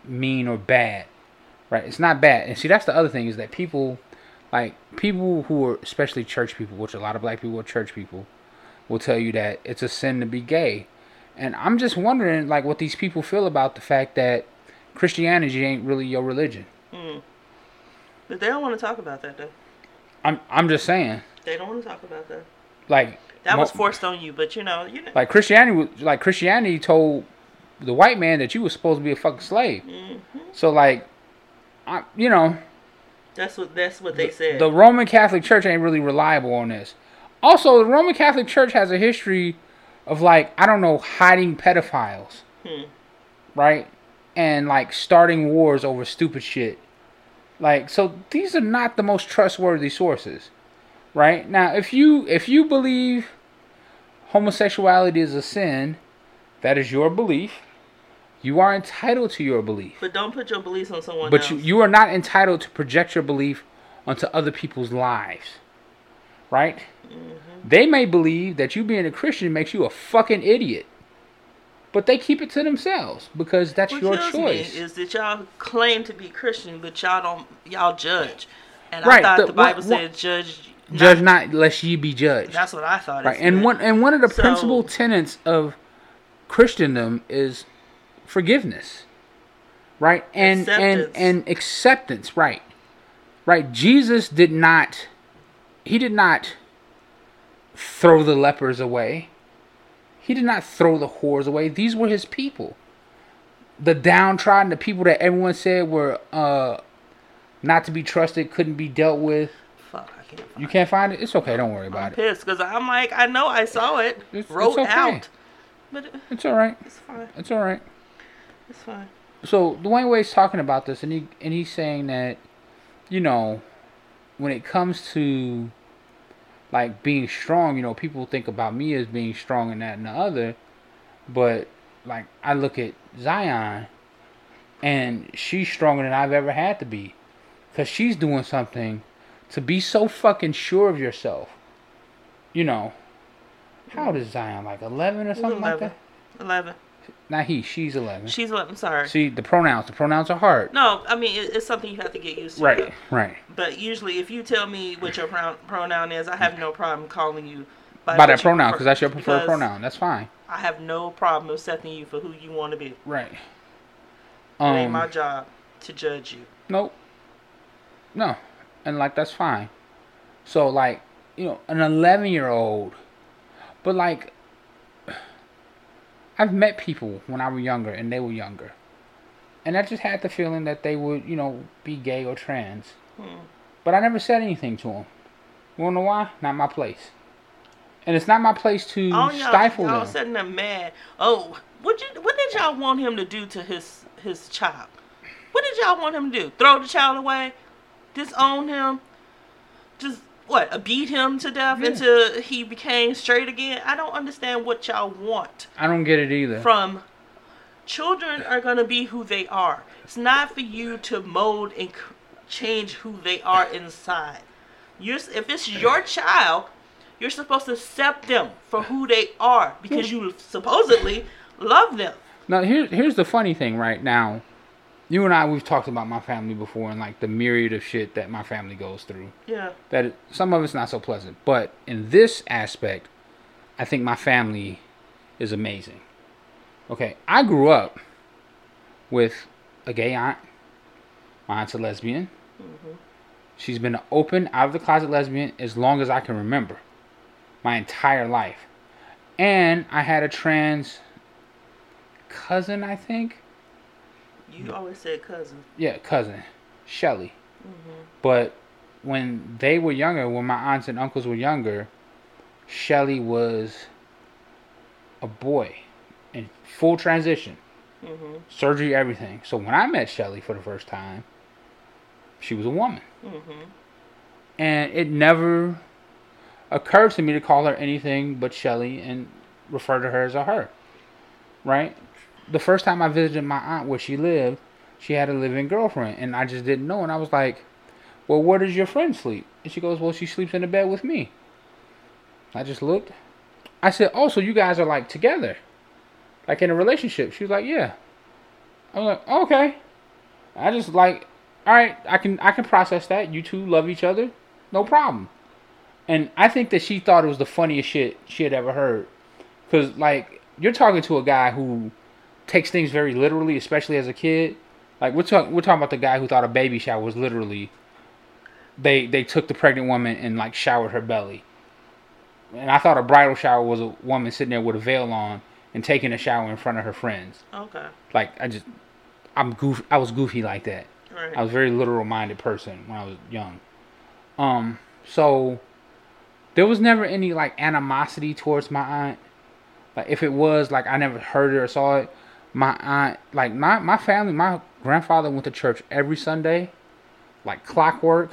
Speaker 1: mean or bad, right? It's not bad. And see, that's the other thing is that people, like people who are especially church people, which a lot of black people are church people, will tell you that it's a sin to be gay. And I'm just wondering, like, what these people feel about the fact that Christianity ain't really your religion.
Speaker 2: But they don't want to talk about that though.
Speaker 1: I'm, I'm just saying,
Speaker 2: They don't want to talk about that.
Speaker 1: like,
Speaker 2: That
Speaker 1: mo-
Speaker 2: was forced on you, but you know, you know.
Speaker 1: like Christianity, was- like Christianity told the white man that you was supposed to be a fucking slave. So, like, I, you know,
Speaker 2: that's what that's what they said.
Speaker 1: the Roman Catholic Church ain't really reliable on this. Also, the Roman Catholic Church has a history of like I don't know hiding pedophiles, right? And like starting wars over stupid shit. Like so, these are not the most trustworthy sources, right? Now, if you if you believe homosexuality is a sin, that is your belief. You are entitled to your belief.
Speaker 2: but don't put your beliefs on someone
Speaker 1: But
Speaker 2: else.
Speaker 1: you, you are not entitled to project your belief onto other people's lives. Right?
Speaker 2: Mm-hmm.
Speaker 1: They may believe that you being a Christian makes you a fucking idiot. But they keep it to themselves because that's
Speaker 2: what
Speaker 1: your
Speaker 2: kills
Speaker 1: choice.
Speaker 2: me is that y'all claim to be Christian, but y'all don't y'all judge. And
Speaker 1: Right,
Speaker 2: I thought
Speaker 1: the-
Speaker 2: the, Bible
Speaker 1: what- what-
Speaker 2: said judge
Speaker 1: Judge not lest ye be judged.
Speaker 2: That's what I thought. it
Speaker 1: Right. And
Speaker 2: said.
Speaker 1: one and one of the
Speaker 2: So-
Speaker 1: principal tenets of Christendom is forgiveness. Right? And
Speaker 2: Acceptance.
Speaker 1: and and acceptance, right. Right. Jesus did not he did not throw the lepers away. He did not throw the whores away. These were his people. The downtrodden, the people that everyone said were uh not to be trusted, couldn't be dealt with.
Speaker 2: Fuck, I can't. Find
Speaker 1: You can't find it. It's okay. Don't worry about
Speaker 2: it.
Speaker 1: it.
Speaker 2: Pissed because I'm like, I know I saw it,
Speaker 1: It's-
Speaker 2: wrote
Speaker 1: it's okay.
Speaker 2: out, but it-
Speaker 1: It's all right.
Speaker 2: it's fine.
Speaker 1: It's all right.
Speaker 2: It's fine.
Speaker 1: So Dwayne Wade's talking about this, and he and he's saying that, you know, when it comes to like being strong, you know, people think about me as being strong and that and the other, but like I look at Zion, and she's stronger than I've ever had to be, cause she's doing something to be so fucking sure of yourself. You know, how old is Zion? Like eleven or something like
Speaker 2: Eleven.
Speaker 1: that.
Speaker 2: Eleven.
Speaker 1: Not he. She's eleven.
Speaker 2: She's eleven. Sorry.
Speaker 1: See the pronouns. The pronouns are hard.
Speaker 2: no, I mean it, it's something you have to get used to.
Speaker 1: Right, right.
Speaker 2: But usually, if you tell me what your pronoun, pronoun is, I have no problem calling you by,
Speaker 1: By
Speaker 2: what
Speaker 1: that
Speaker 2: you
Speaker 1: pronoun,
Speaker 2: prefer-
Speaker 1: because that's your preferred
Speaker 2: because
Speaker 1: pronoun. That's fine.
Speaker 2: I have no problem accepting you for who you want to be.
Speaker 1: Right.
Speaker 2: it ain't my
Speaker 1: Um.
Speaker 2: job to judge you.
Speaker 1: Nope. No, and like that's fine. So like, you know, an eleven-year-old, but like, I've met people when I was younger and they were younger, and I just had the feeling that they would, you know, be gay or trans,
Speaker 2: Hmm.
Speaker 1: but I never said anything to them. You wanna know why? Not my place. And it's not my place to
Speaker 2: Oh, y'all,
Speaker 1: stifle
Speaker 2: y'all
Speaker 1: them.
Speaker 2: sudden I'm mad. Oh, what you, what did y'all want him to do to his his child? What did y'all want him to do? Throw the child away? Disown him? Just what? Beat him to death
Speaker 1: Yeah.
Speaker 2: until he became straight again? I don't understand what y'all want
Speaker 1: I don't get it either.
Speaker 2: from children are going to be who they are. It's not for you to mold and c- change who they are inside. You're, s- if it's your child, you're supposed to accept them for who they are because you supposedly love them.
Speaker 1: Now here, here's the funny thing right now. You and I we've talked about my family before and like the myriad of shit that my family goes through.
Speaker 2: Yeah.
Speaker 1: That it, some of it's not so pleasant, but in this aspect, I think my family is amazing. Okay, I grew up with a gay aunt. My aunt's a lesbian. She's been an open, out of the closet lesbian as long as I can remember, my entire life. And I had a trans cousin, I think.
Speaker 2: You always said cousin.
Speaker 1: Yeah, cousin, Shelly. But when they were younger, when my aunts and uncles were younger, Shelly was a boy in full transition,
Speaker 2: Mhm.
Speaker 1: surgery, everything. So when I met Shelly for the first time, she was a woman. And it never occurred to me to call her anything but Shelly and refer to her as a her. Right? The first time I visited my aunt where she lived, she had a living girlfriend, and I just didn't know. And I was like, Well, where does your friend sleep? And she goes, Well, she sleeps in the bed with me. I just looked. I said, Oh, so you guys are like together, like in a relationship. She was like, Yeah. I was like, Okay. I just like, all right, I can I can process that. You two love each other, no problem. And I think that she thought it was the funniest shit she had ever heard, because like you're talking to a guy who takes things very literally, especially as a kid. Like we're talking we're talking about the guy who thought a baby shower was literally they they took the pregnant woman and like showered her belly. And I thought a bridal shower was a woman sitting there with a veil on and taking a shower in front of her friends.
Speaker 2: Okay.
Speaker 1: Like I just I'm goof I was goofy like that.
Speaker 2: Right.
Speaker 1: I was a very literal minded person when I was young. Um, so there was never any like animosity towards my aunt. Like if it was like I never heard it or saw it. My aunt like my my family, my grandfather went to church every Sunday, like clockwork.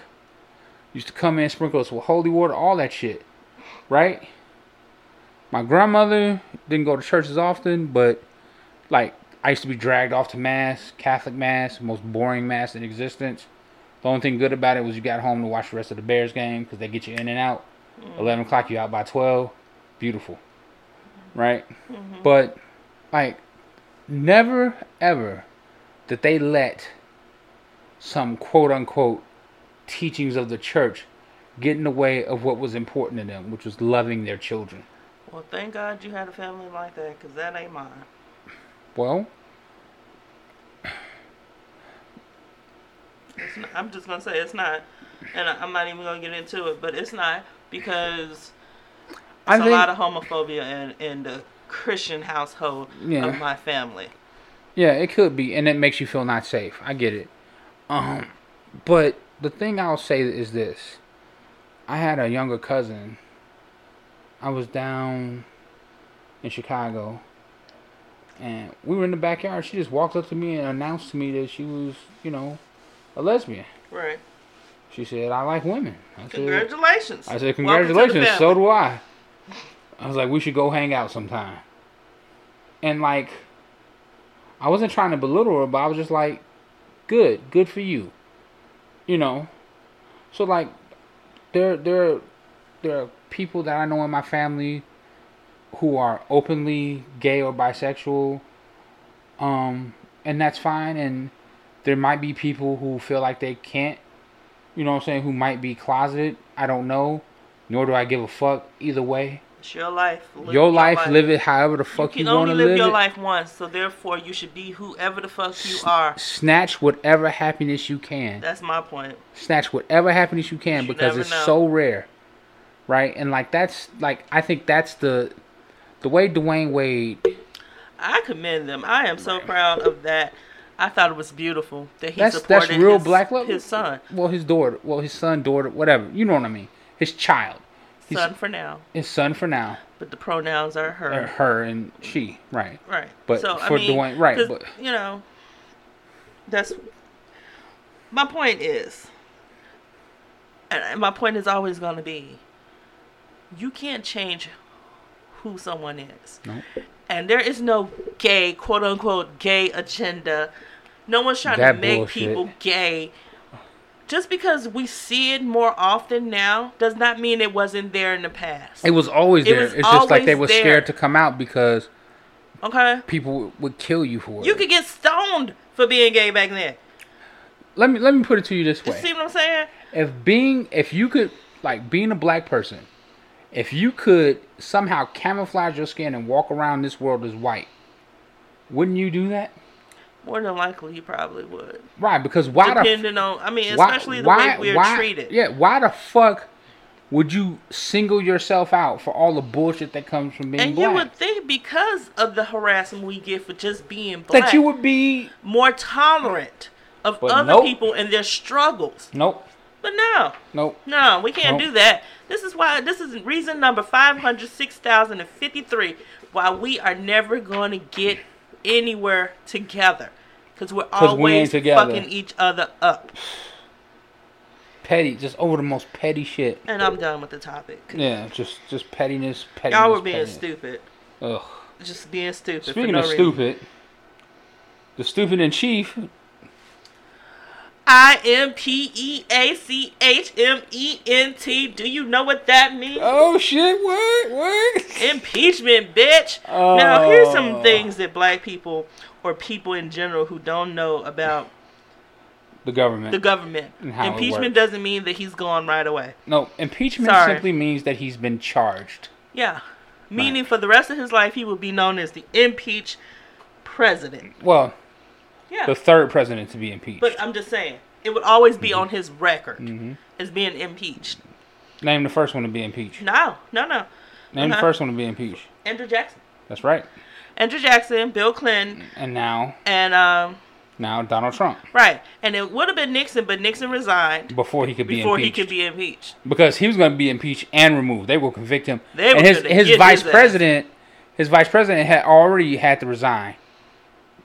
Speaker 1: Used to come in, sprinkle us with holy water, all that shit. Right? My grandmother didn't go to church as often, but like I used to be dragged off to mass, Catholic mass, most boring mass in existence. The only thing good about it was you got home to watch the rest of the Bears game because they get you in and out.
Speaker 2: Mm-hmm.
Speaker 1: Eleven o'clock, you out by twelve. Beautiful,
Speaker 2: Mm-hmm.
Speaker 1: right? But like, never ever did they let some quote unquote teachings of the church get in the way of what was important to them, which was loving their children.
Speaker 2: Well, thank God you had a family like that, because that ain't mine.
Speaker 1: Well,
Speaker 2: It's not, I'm just gonna say it's not, and I, I'm not even gonna get into it. But it's not because
Speaker 1: I
Speaker 2: it's a
Speaker 1: think
Speaker 2: lot of homophobia in in the Christian household
Speaker 1: Yeah.
Speaker 2: of my family.
Speaker 1: yeah, it could be, and it makes you feel not safe. I get it. Um, but the thing I'll say is this: I had a younger cousin. I was down in Chicago, and we were in the backyard. She just walked up to me and announced to me that she was, you know, a lesbian.
Speaker 2: Right.
Speaker 1: She said, "I like women." I said,
Speaker 2: Congratulations.
Speaker 1: I said,
Speaker 2: Welcome to the
Speaker 1: congratulations. So
Speaker 2: family.
Speaker 1: do I. I was like, we should go hang out sometime. And like, I wasn't trying to belittle her, but I was just like, good, good for you. You know, so like, there, there, there are people that I know in my family who are openly gay or bisexual. Um, and that's fine. And there might be people who feel like they can't you know what I'm saying, who might be closeted. I don't know. Nor do I give a fuck either way.
Speaker 2: It's your life. Live
Speaker 1: your life, live it however the
Speaker 2: You
Speaker 1: fuck you,
Speaker 2: can
Speaker 1: want
Speaker 2: only
Speaker 1: to
Speaker 2: live,
Speaker 1: live,
Speaker 2: your
Speaker 1: it.
Speaker 2: life once, so therefore you should be whoever the fuck you are.
Speaker 1: Snatch whatever happiness you can.
Speaker 2: That's my point.
Speaker 1: Snatch whatever happiness you can
Speaker 2: You
Speaker 1: because
Speaker 2: never
Speaker 1: it's
Speaker 2: know.
Speaker 1: so rare. Right? And like that's like I think that's the the way Dwayne Wade
Speaker 2: I commend them. I am so proud of that. I thought it was beautiful that he
Speaker 1: that's
Speaker 2: supported
Speaker 1: that's real
Speaker 2: his,
Speaker 1: black love.
Speaker 2: his son.
Speaker 1: Well his daughter well his son, daughter, whatever. You know what I mean. His child. He's-
Speaker 2: Son for now,
Speaker 1: His son for now.
Speaker 2: but the pronouns are her.
Speaker 1: Or her and she. Right.
Speaker 2: Right.
Speaker 1: But
Speaker 2: so, I
Speaker 1: for
Speaker 2: mean,
Speaker 1: Dwayne- right,
Speaker 2: 'cause,
Speaker 1: but-
Speaker 2: you know, that's my point is, and and my point is always going to be, you can't change who someone is,
Speaker 1: No.
Speaker 2: and there is no gay quote unquote gay agenda. No one's trying
Speaker 1: That
Speaker 2: to make
Speaker 1: bullshit.
Speaker 2: people gay. Just because we see it more often now does not mean it wasn't there in the past.
Speaker 1: It was always
Speaker 2: It
Speaker 1: there.
Speaker 2: was
Speaker 1: it's just like they were
Speaker 2: always there.
Speaker 1: scared to come out because
Speaker 2: Okay,
Speaker 1: people would- would kill you for
Speaker 2: you
Speaker 1: it.
Speaker 2: could get stoned for being gay back then.
Speaker 1: let me let me put it to you this
Speaker 2: You
Speaker 1: way:
Speaker 2: see what I'm saying?
Speaker 1: if being if you could like being a black person, if you could somehow camouflage your skin and walk around this world as white, wouldn't you do that?
Speaker 2: More than likely, you probably would.
Speaker 1: Right? Because why the
Speaker 2: Depending on, I mean,
Speaker 1: f- why-
Speaker 2: especially the
Speaker 1: why
Speaker 2: way we're
Speaker 1: why-
Speaker 2: treated.
Speaker 1: Yeah. Why the fuck would you single yourself out for all the bullshit that comes from being
Speaker 2: and
Speaker 1: black?
Speaker 2: you would think because of the harassment we get for just being black,
Speaker 1: that you would be
Speaker 2: more tolerant of
Speaker 1: But
Speaker 2: other
Speaker 1: nope.
Speaker 2: people and their struggles.
Speaker 1: nope
Speaker 2: But no,
Speaker 1: nope.
Speaker 2: no, we can't
Speaker 1: Nope.
Speaker 2: do that. This is why, this is reason number 506,053 why we are never going to get anywhere together. Because we're
Speaker 1: 'Cause we ain't
Speaker 2: always
Speaker 1: together.
Speaker 2: fucking each other up.
Speaker 1: Petty, just over the most petty shit.
Speaker 2: And I'm done with the topic.
Speaker 1: Yeah, just just pettiness, pettiness.
Speaker 2: Y'all were being
Speaker 1: pettiness.
Speaker 2: stupid.
Speaker 1: Ugh.
Speaker 2: Just being stupid. for
Speaker 1: Speaking
Speaker 2: no
Speaker 1: of
Speaker 2: reason.
Speaker 1: stupid, the stupid in chief,
Speaker 2: I M P E A C H M E N T. Do you know what that means?
Speaker 1: Oh shit! What? What?
Speaker 2: Impeachment, bitch. Now, here's some
Speaker 1: Oh.
Speaker 2: things that black people or people in general who don't know about
Speaker 1: The government.
Speaker 2: the government.
Speaker 1: And how it
Speaker 2: Impeachment
Speaker 1: works.
Speaker 2: doesn't mean that he's gone right away.
Speaker 1: no, impeachment
Speaker 2: Sorry.
Speaker 1: simply means that he's been charged.
Speaker 2: Yeah. Meaning for the rest of his life, he will be known as the impeached president.
Speaker 1: Well,
Speaker 2: Yeah.
Speaker 1: the third president to be impeached.
Speaker 2: But uh, I'm just saying, it would always
Speaker 1: Mm-hmm.
Speaker 2: be on his record as being impeached.
Speaker 1: Name the first one to be impeached.
Speaker 2: No, no, no.
Speaker 1: Name the
Speaker 2: uh-huh.
Speaker 1: first one to be impeached.
Speaker 2: Andrew Jackson.
Speaker 1: That's right.
Speaker 2: Andrew Jackson, Bill Clinton,
Speaker 1: And now,
Speaker 2: and um,
Speaker 1: now Donald Trump
Speaker 2: right. And it would have been Nixon, but Nixon resigned
Speaker 1: before he could be
Speaker 2: before he
Speaker 1: impeached
Speaker 2: could be impeached.
Speaker 1: because he was going to be impeached and removed. They will convict him.
Speaker 2: They
Speaker 1: and
Speaker 2: were
Speaker 1: his
Speaker 2: gonna
Speaker 1: his
Speaker 2: get
Speaker 1: vice
Speaker 2: his ass.
Speaker 1: president, his vice president had already had to resign,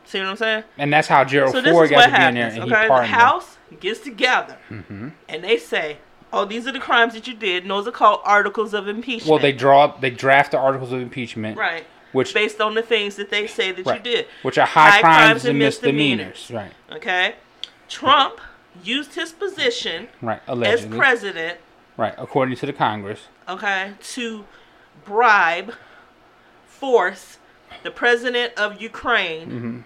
Speaker 2: See what I'm saying?
Speaker 1: and that's how Gerald
Speaker 2: So this
Speaker 1: Ford
Speaker 2: is
Speaker 1: got
Speaker 2: what
Speaker 1: to be in there
Speaker 2: happens.
Speaker 1: and
Speaker 2: Okay,
Speaker 1: he
Speaker 2: the
Speaker 1: pardoned him. Mm-hmm.
Speaker 2: House gets together, and they say, "Oh, these are the crimes that you did." And those are called articles of impeachment.
Speaker 1: Well, they draw, they draft the articles of impeachment,
Speaker 2: right
Speaker 1: Which
Speaker 2: based on the things that they say that
Speaker 1: right,
Speaker 2: you did,
Speaker 1: which are high, crimes, and misdemeanors.
Speaker 2: Okay, Trump used his position
Speaker 1: Right, right,
Speaker 2: as
Speaker 1: allegedly,
Speaker 2: president
Speaker 1: right, according to the Congress,
Speaker 2: okay, to bribe, force the president of Ukraine
Speaker 1: Mm-hmm.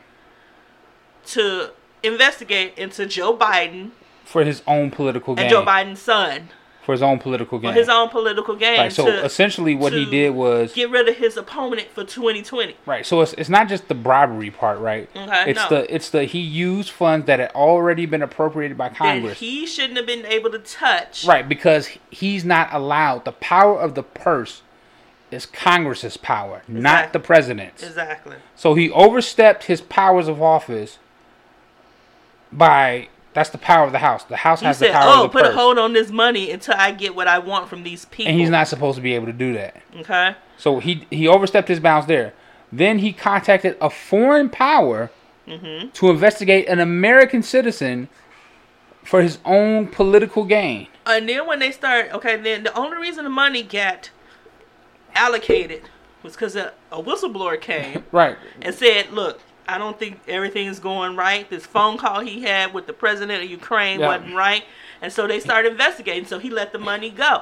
Speaker 2: to investigate into Joe Biden
Speaker 1: for his own political gain.
Speaker 2: and Joe Biden's son
Speaker 1: for his own political gain.
Speaker 2: for his own political gain
Speaker 1: right. So
Speaker 2: to
Speaker 1: essentially, what he
Speaker 2: to
Speaker 1: did was
Speaker 2: get rid of his opponent for 2020.
Speaker 1: right. So it's, it's not just the bribery part, right?
Speaker 2: Okay,
Speaker 1: it's
Speaker 2: no.
Speaker 1: the it's the he used funds that had already been appropriated by
Speaker 2: That
Speaker 1: Congress.
Speaker 2: he shouldn't have been able to touch.
Speaker 1: Right, because he's not allowed. The power of the purse is Congress's power, not
Speaker 2: Exactly.
Speaker 1: the president's.
Speaker 2: Exactly.
Speaker 1: So he overstepped his powers of office by that's the power of the House. The House
Speaker 2: He
Speaker 1: has
Speaker 2: said,
Speaker 1: the power
Speaker 2: "Oh,
Speaker 1: of the
Speaker 2: put
Speaker 1: purse,
Speaker 2: a hold on this money until I get what I want from these people."
Speaker 1: and he's not supposed to be able to do that.
Speaker 2: Okay.
Speaker 1: So he he overstepped his bounds there. Then he contacted a foreign power
Speaker 2: Mm-hmm.
Speaker 1: to investigate an American citizen for his own political gain.
Speaker 2: And then when they start, okay, then the only reason the money got allocated was because a, a whistleblower came
Speaker 1: Right,
Speaker 2: and said, "Look, I don't think everything is going right. This phone call he had with the president of Ukraine
Speaker 1: Yeah.
Speaker 2: wasn't right." And so they started investigating. So he let the money go.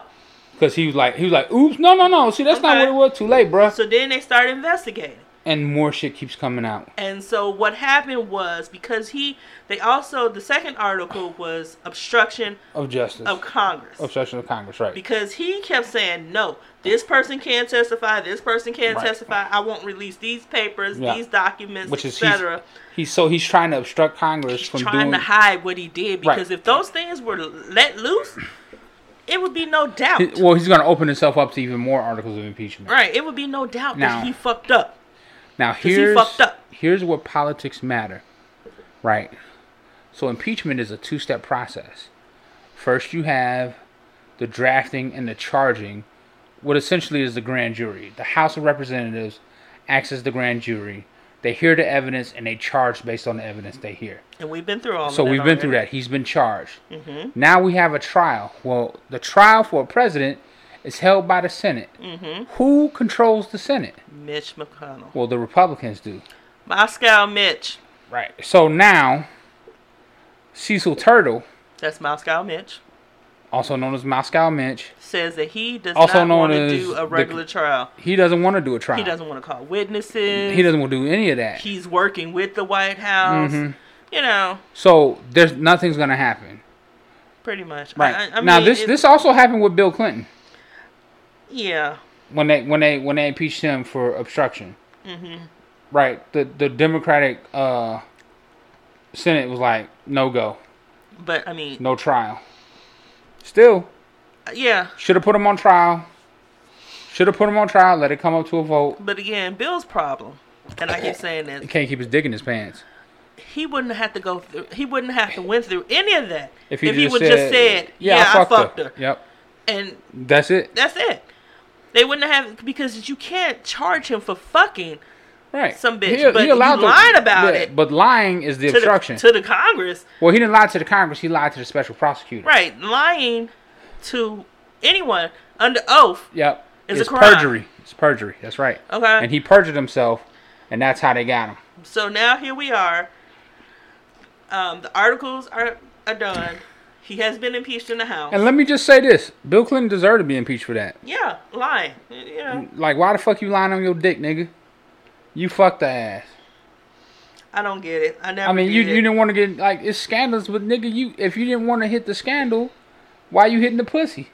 Speaker 1: because he was like he was like, "Oops, no, no, no. See, that's not what it
Speaker 2: Okay.
Speaker 1: was. Too late, bruh.
Speaker 2: So then they started investigating.
Speaker 1: And more shit keeps coming out.
Speaker 2: And so what happened was because he, they also the second article was obstruction
Speaker 1: Of justice.
Speaker 2: of Congress.
Speaker 1: Obstruction of Congress, right.
Speaker 2: because he kept saying no this person can testify this person can
Speaker 1: Right.
Speaker 2: testify i won't release these papers
Speaker 1: Yeah.
Speaker 2: these documents
Speaker 1: Which is he's,
Speaker 2: etc
Speaker 1: he's so he's trying to obstruct Congress
Speaker 2: he's
Speaker 1: from
Speaker 2: trying
Speaker 1: doing
Speaker 2: to hide what he did
Speaker 1: Right.
Speaker 2: because if those things were let loose it would be no doubt
Speaker 1: He- well, he's going to open himself up to even more articles of impeachment.
Speaker 2: right it would be no doubt
Speaker 1: Now-
Speaker 2: that he fucked up
Speaker 1: Now
Speaker 2: he
Speaker 1: here's
Speaker 2: fucked up.
Speaker 1: here's where politics matter, right? So impeachment is a two-step process. First, you have the drafting and the charging, what essentially is the grand jury. The House of Representatives acts as the grand jury. They hear the evidence and they charge based on the evidence they hear.
Speaker 2: and we've been through all
Speaker 1: So
Speaker 2: of that Mm-hmm.
Speaker 1: we've been through
Speaker 2: already.
Speaker 1: that. He's been charged. Now we have a trial. Well, the trial for a president is held by the Senate.
Speaker 2: Mm-hmm.
Speaker 1: Who controls the Senate?
Speaker 2: mitch mcconnell
Speaker 1: Well, the Republicans do.
Speaker 2: moscow mitch
Speaker 1: Right. So now, Cecil Turtle,
Speaker 2: that's moscow mitch
Speaker 1: also known as Moscow Mitch,
Speaker 2: says that he does
Speaker 1: Also
Speaker 2: not
Speaker 1: known
Speaker 2: want to
Speaker 1: as
Speaker 2: do
Speaker 1: the-
Speaker 2: a regular trial
Speaker 1: he doesn't want to do a trial.
Speaker 2: he doesn't want to call witnesses
Speaker 1: He doesn't want to do any of that.
Speaker 2: he's working with the White House.
Speaker 1: Mm-hmm.
Speaker 2: You know,
Speaker 1: So there's nothing's gonna happen.
Speaker 2: pretty much.
Speaker 1: Right.
Speaker 2: I, I- I
Speaker 1: now
Speaker 2: mean,
Speaker 1: this
Speaker 2: it-
Speaker 1: this also happened with Bill Clinton
Speaker 2: Yeah.
Speaker 1: when they when they when they impeached him for obstruction.
Speaker 2: Mm-hmm.
Speaker 1: Right. The the Democratic uh, Senate was like no go.
Speaker 2: But I mean,
Speaker 1: no trial. Still,
Speaker 2: yeah.
Speaker 1: should have put him on trial. Should have put him on trial. Let it come up to a vote.
Speaker 2: But again, Bill's problem, and I keep saying that
Speaker 1: He can't keep his dick in his pants.
Speaker 2: he wouldn't have to go through. He wouldn't have to went through any of that
Speaker 1: If he, just,
Speaker 2: would
Speaker 1: said,
Speaker 2: just said, "Yeah, I fucked her,",
Speaker 1: Yep,
Speaker 2: and
Speaker 1: that's it.
Speaker 2: that's it. They wouldn't have because you can't charge him for fucking
Speaker 1: Right.
Speaker 2: Some bitch, but you
Speaker 1: allowed
Speaker 2: lied about it.
Speaker 1: But lying is the
Speaker 2: to the,
Speaker 1: obstruction.
Speaker 2: to the Congress,
Speaker 1: well, he didn't lie to the Congress. He lied to the special prosecutor.
Speaker 2: right? Lying to anyone under oath
Speaker 1: Yep.
Speaker 2: It's a
Speaker 1: it's
Speaker 2: crime.
Speaker 1: perjury. It's perjury. That's right.
Speaker 2: Okay.
Speaker 1: And he perjured himself, and that's how they got him.
Speaker 2: So now here we are. Um, the articles are, are done. He has been impeached in the House.
Speaker 1: And let me just say this: Bill Clinton deserved to be impeached for that.
Speaker 2: yeah, lying. You know,
Speaker 1: Like, why the fuck you lying on your dick, nigga? You fucked the ass.
Speaker 2: I don't get it. I never.
Speaker 1: I mean, you
Speaker 2: did
Speaker 1: you
Speaker 2: it.
Speaker 1: didn't want to get like it's scandalous, but nigga, you if you didn't want to hit the scandal, why you hitting the pussy?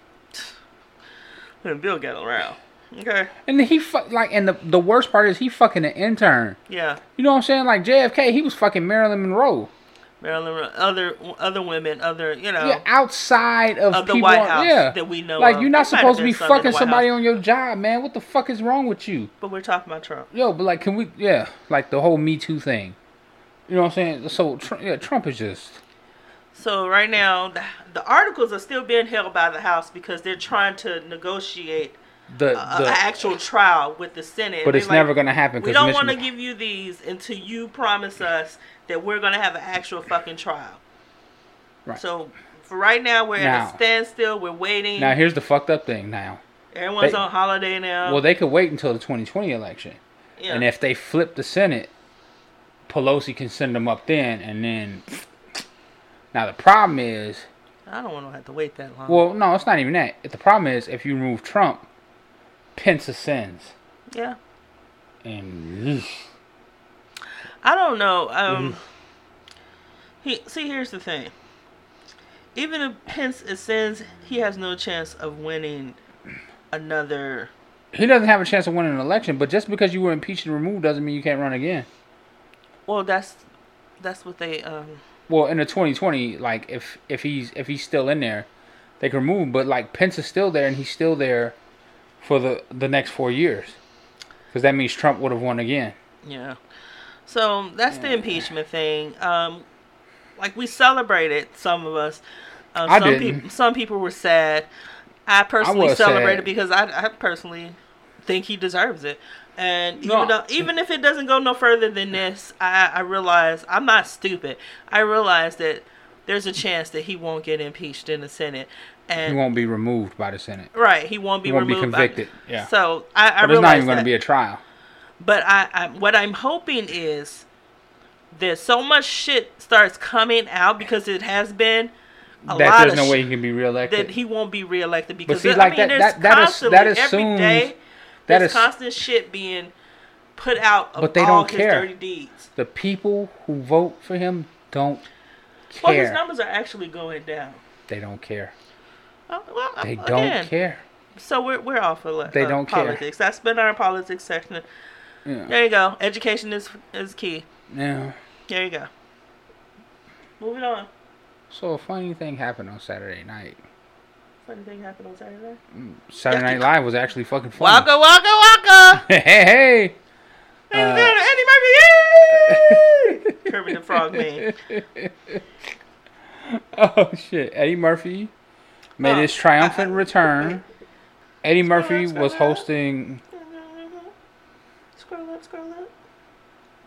Speaker 2: And Bill got around. Okay.
Speaker 1: And he fuck like, and the the worst part is he fucking an intern.
Speaker 2: Yeah.
Speaker 1: You know what I'm saying? Like JFK, he was fucking Marilyn Monroe.
Speaker 2: Marilyn, Monroe, other other women, other you know.
Speaker 1: Yeah, outside of,
Speaker 2: Of the
Speaker 1: people,
Speaker 2: White House
Speaker 1: yeah,
Speaker 2: that we know
Speaker 1: Like
Speaker 2: of.
Speaker 1: you're not
Speaker 2: They might have
Speaker 1: supposed to
Speaker 2: been
Speaker 1: be
Speaker 2: some in the
Speaker 1: fucking
Speaker 2: White
Speaker 1: somebody
Speaker 2: House.
Speaker 1: on your job, man. What the fuck is wrong with you?
Speaker 2: But we're talking about Trump.
Speaker 1: Yo, but like, can we? Yeah, like the whole Me Too thing. You know what I'm saying? So Tr- yeah, Trump is just
Speaker 2: So right now, the, the articles are still being held by the House because they're trying to negotiate
Speaker 1: the the.
Speaker 2: an actual trial with the Senate.
Speaker 1: but
Speaker 2: They're
Speaker 1: it's
Speaker 2: like,
Speaker 1: never gonna happen.
Speaker 2: We
Speaker 1: 'cause
Speaker 2: don't
Speaker 1: Mitch
Speaker 2: want to
Speaker 1: Mc-
Speaker 2: give you these until you promise us that we're going to have an actual fucking trial.
Speaker 1: Right.
Speaker 2: So for right now, we're
Speaker 1: Now.
Speaker 2: at a standstill. We're waiting.
Speaker 1: Now here's the fucked up thing. Now,
Speaker 2: Everyone's
Speaker 1: they-
Speaker 2: on holiday now.
Speaker 1: well, they could wait until the 2020 election.
Speaker 2: yeah.
Speaker 1: And if they flip the Senate, Pelosi can send them up then, and then. Now the problem is,
Speaker 2: I don't want to have to wait that long.
Speaker 1: well, no, it's not even that. The problem is if you remove Trump, Pence ascends,
Speaker 2: yeah.
Speaker 1: and Mm-hmm.
Speaker 2: I don't know. Um, he see, here's the thing. Even if Pence ascends, he has no chance of winning another.
Speaker 1: He doesn't have a chance of winning an election, but just because you were impeached and removed doesn't mean you can't run again.
Speaker 2: Well, that's that's what they. Um,
Speaker 1: Well, in the 2020, like if if he's if he's still in there, they can remove. him, But like Pence is still there, and he's still there for the the next four years, because that means Trump would have won again.
Speaker 2: yeah. So that's the impeachment thing. Um, like we celebrated, some of us. Um,
Speaker 1: I
Speaker 2: some
Speaker 1: didn't.
Speaker 2: people Some people were sad. I personally
Speaker 1: was
Speaker 2: celebrated
Speaker 1: sad.
Speaker 2: because I, I personally think he deserves it. And
Speaker 1: No.
Speaker 2: even though, even if it doesn't go no further than this, I, I realize I'm not stupid. I realize that there's a chance that he won't get impeached in the Senate,
Speaker 1: He
Speaker 2: and
Speaker 1: won't be removed by the Senate.
Speaker 2: Right, he won't be
Speaker 1: He won't be
Speaker 2: removed.
Speaker 1: convicted,
Speaker 2: I,
Speaker 1: yeah.
Speaker 2: So I, I
Speaker 1: But there's not
Speaker 2: realize
Speaker 1: even going to
Speaker 2: that.
Speaker 1: be a trial.
Speaker 2: but I, I, what I'm hoping is that so much shit starts coming out because it has been a
Speaker 1: That
Speaker 2: lot
Speaker 1: there's
Speaker 2: of
Speaker 1: no way
Speaker 2: shit
Speaker 1: he can be
Speaker 2: that
Speaker 1: reelected.
Speaker 2: he won't be reelected because
Speaker 1: see,
Speaker 2: I
Speaker 1: like that-
Speaker 2: mean, there's
Speaker 1: that- that is-
Speaker 2: constantly
Speaker 1: that
Speaker 2: every
Speaker 1: assumes-
Speaker 2: day
Speaker 1: that
Speaker 2: there's
Speaker 1: is-
Speaker 2: constant shit being put out of
Speaker 1: But they
Speaker 2: all
Speaker 1: don't
Speaker 2: his
Speaker 1: care.
Speaker 2: dirty deeds.
Speaker 1: the people who vote for him don't
Speaker 2: Well, his
Speaker 1: care.
Speaker 2: numbers are actually going down.
Speaker 1: they don't care.
Speaker 2: Oh, Well,
Speaker 1: They
Speaker 2: again,
Speaker 1: don't care.
Speaker 2: So we're we're off for le-
Speaker 1: They
Speaker 2: uh,
Speaker 1: don't care.
Speaker 2: politics. That's been our politics section.
Speaker 1: Yeah.
Speaker 2: There you go. Education is is key.
Speaker 1: Yeah.
Speaker 2: There you go. Moving on.
Speaker 1: So a funny thing happened on Saturday night.
Speaker 2: Funny thing happened on Saturday.
Speaker 1: Saturday Night Live was actually fucking funny.
Speaker 2: Waka waka waka.
Speaker 1: hey, hey,
Speaker 2: Eddie
Speaker 1: Uh,
Speaker 2: Murphy.
Speaker 1: hey.
Speaker 2: yay! Kermit the Frog man.
Speaker 1: Oh shit! Eddie Murphy made his triumphant return. Eddie Murphy
Speaker 2: up,
Speaker 1: was
Speaker 2: scroll up.
Speaker 1: hosting.
Speaker 2: Scroll up, scroll up.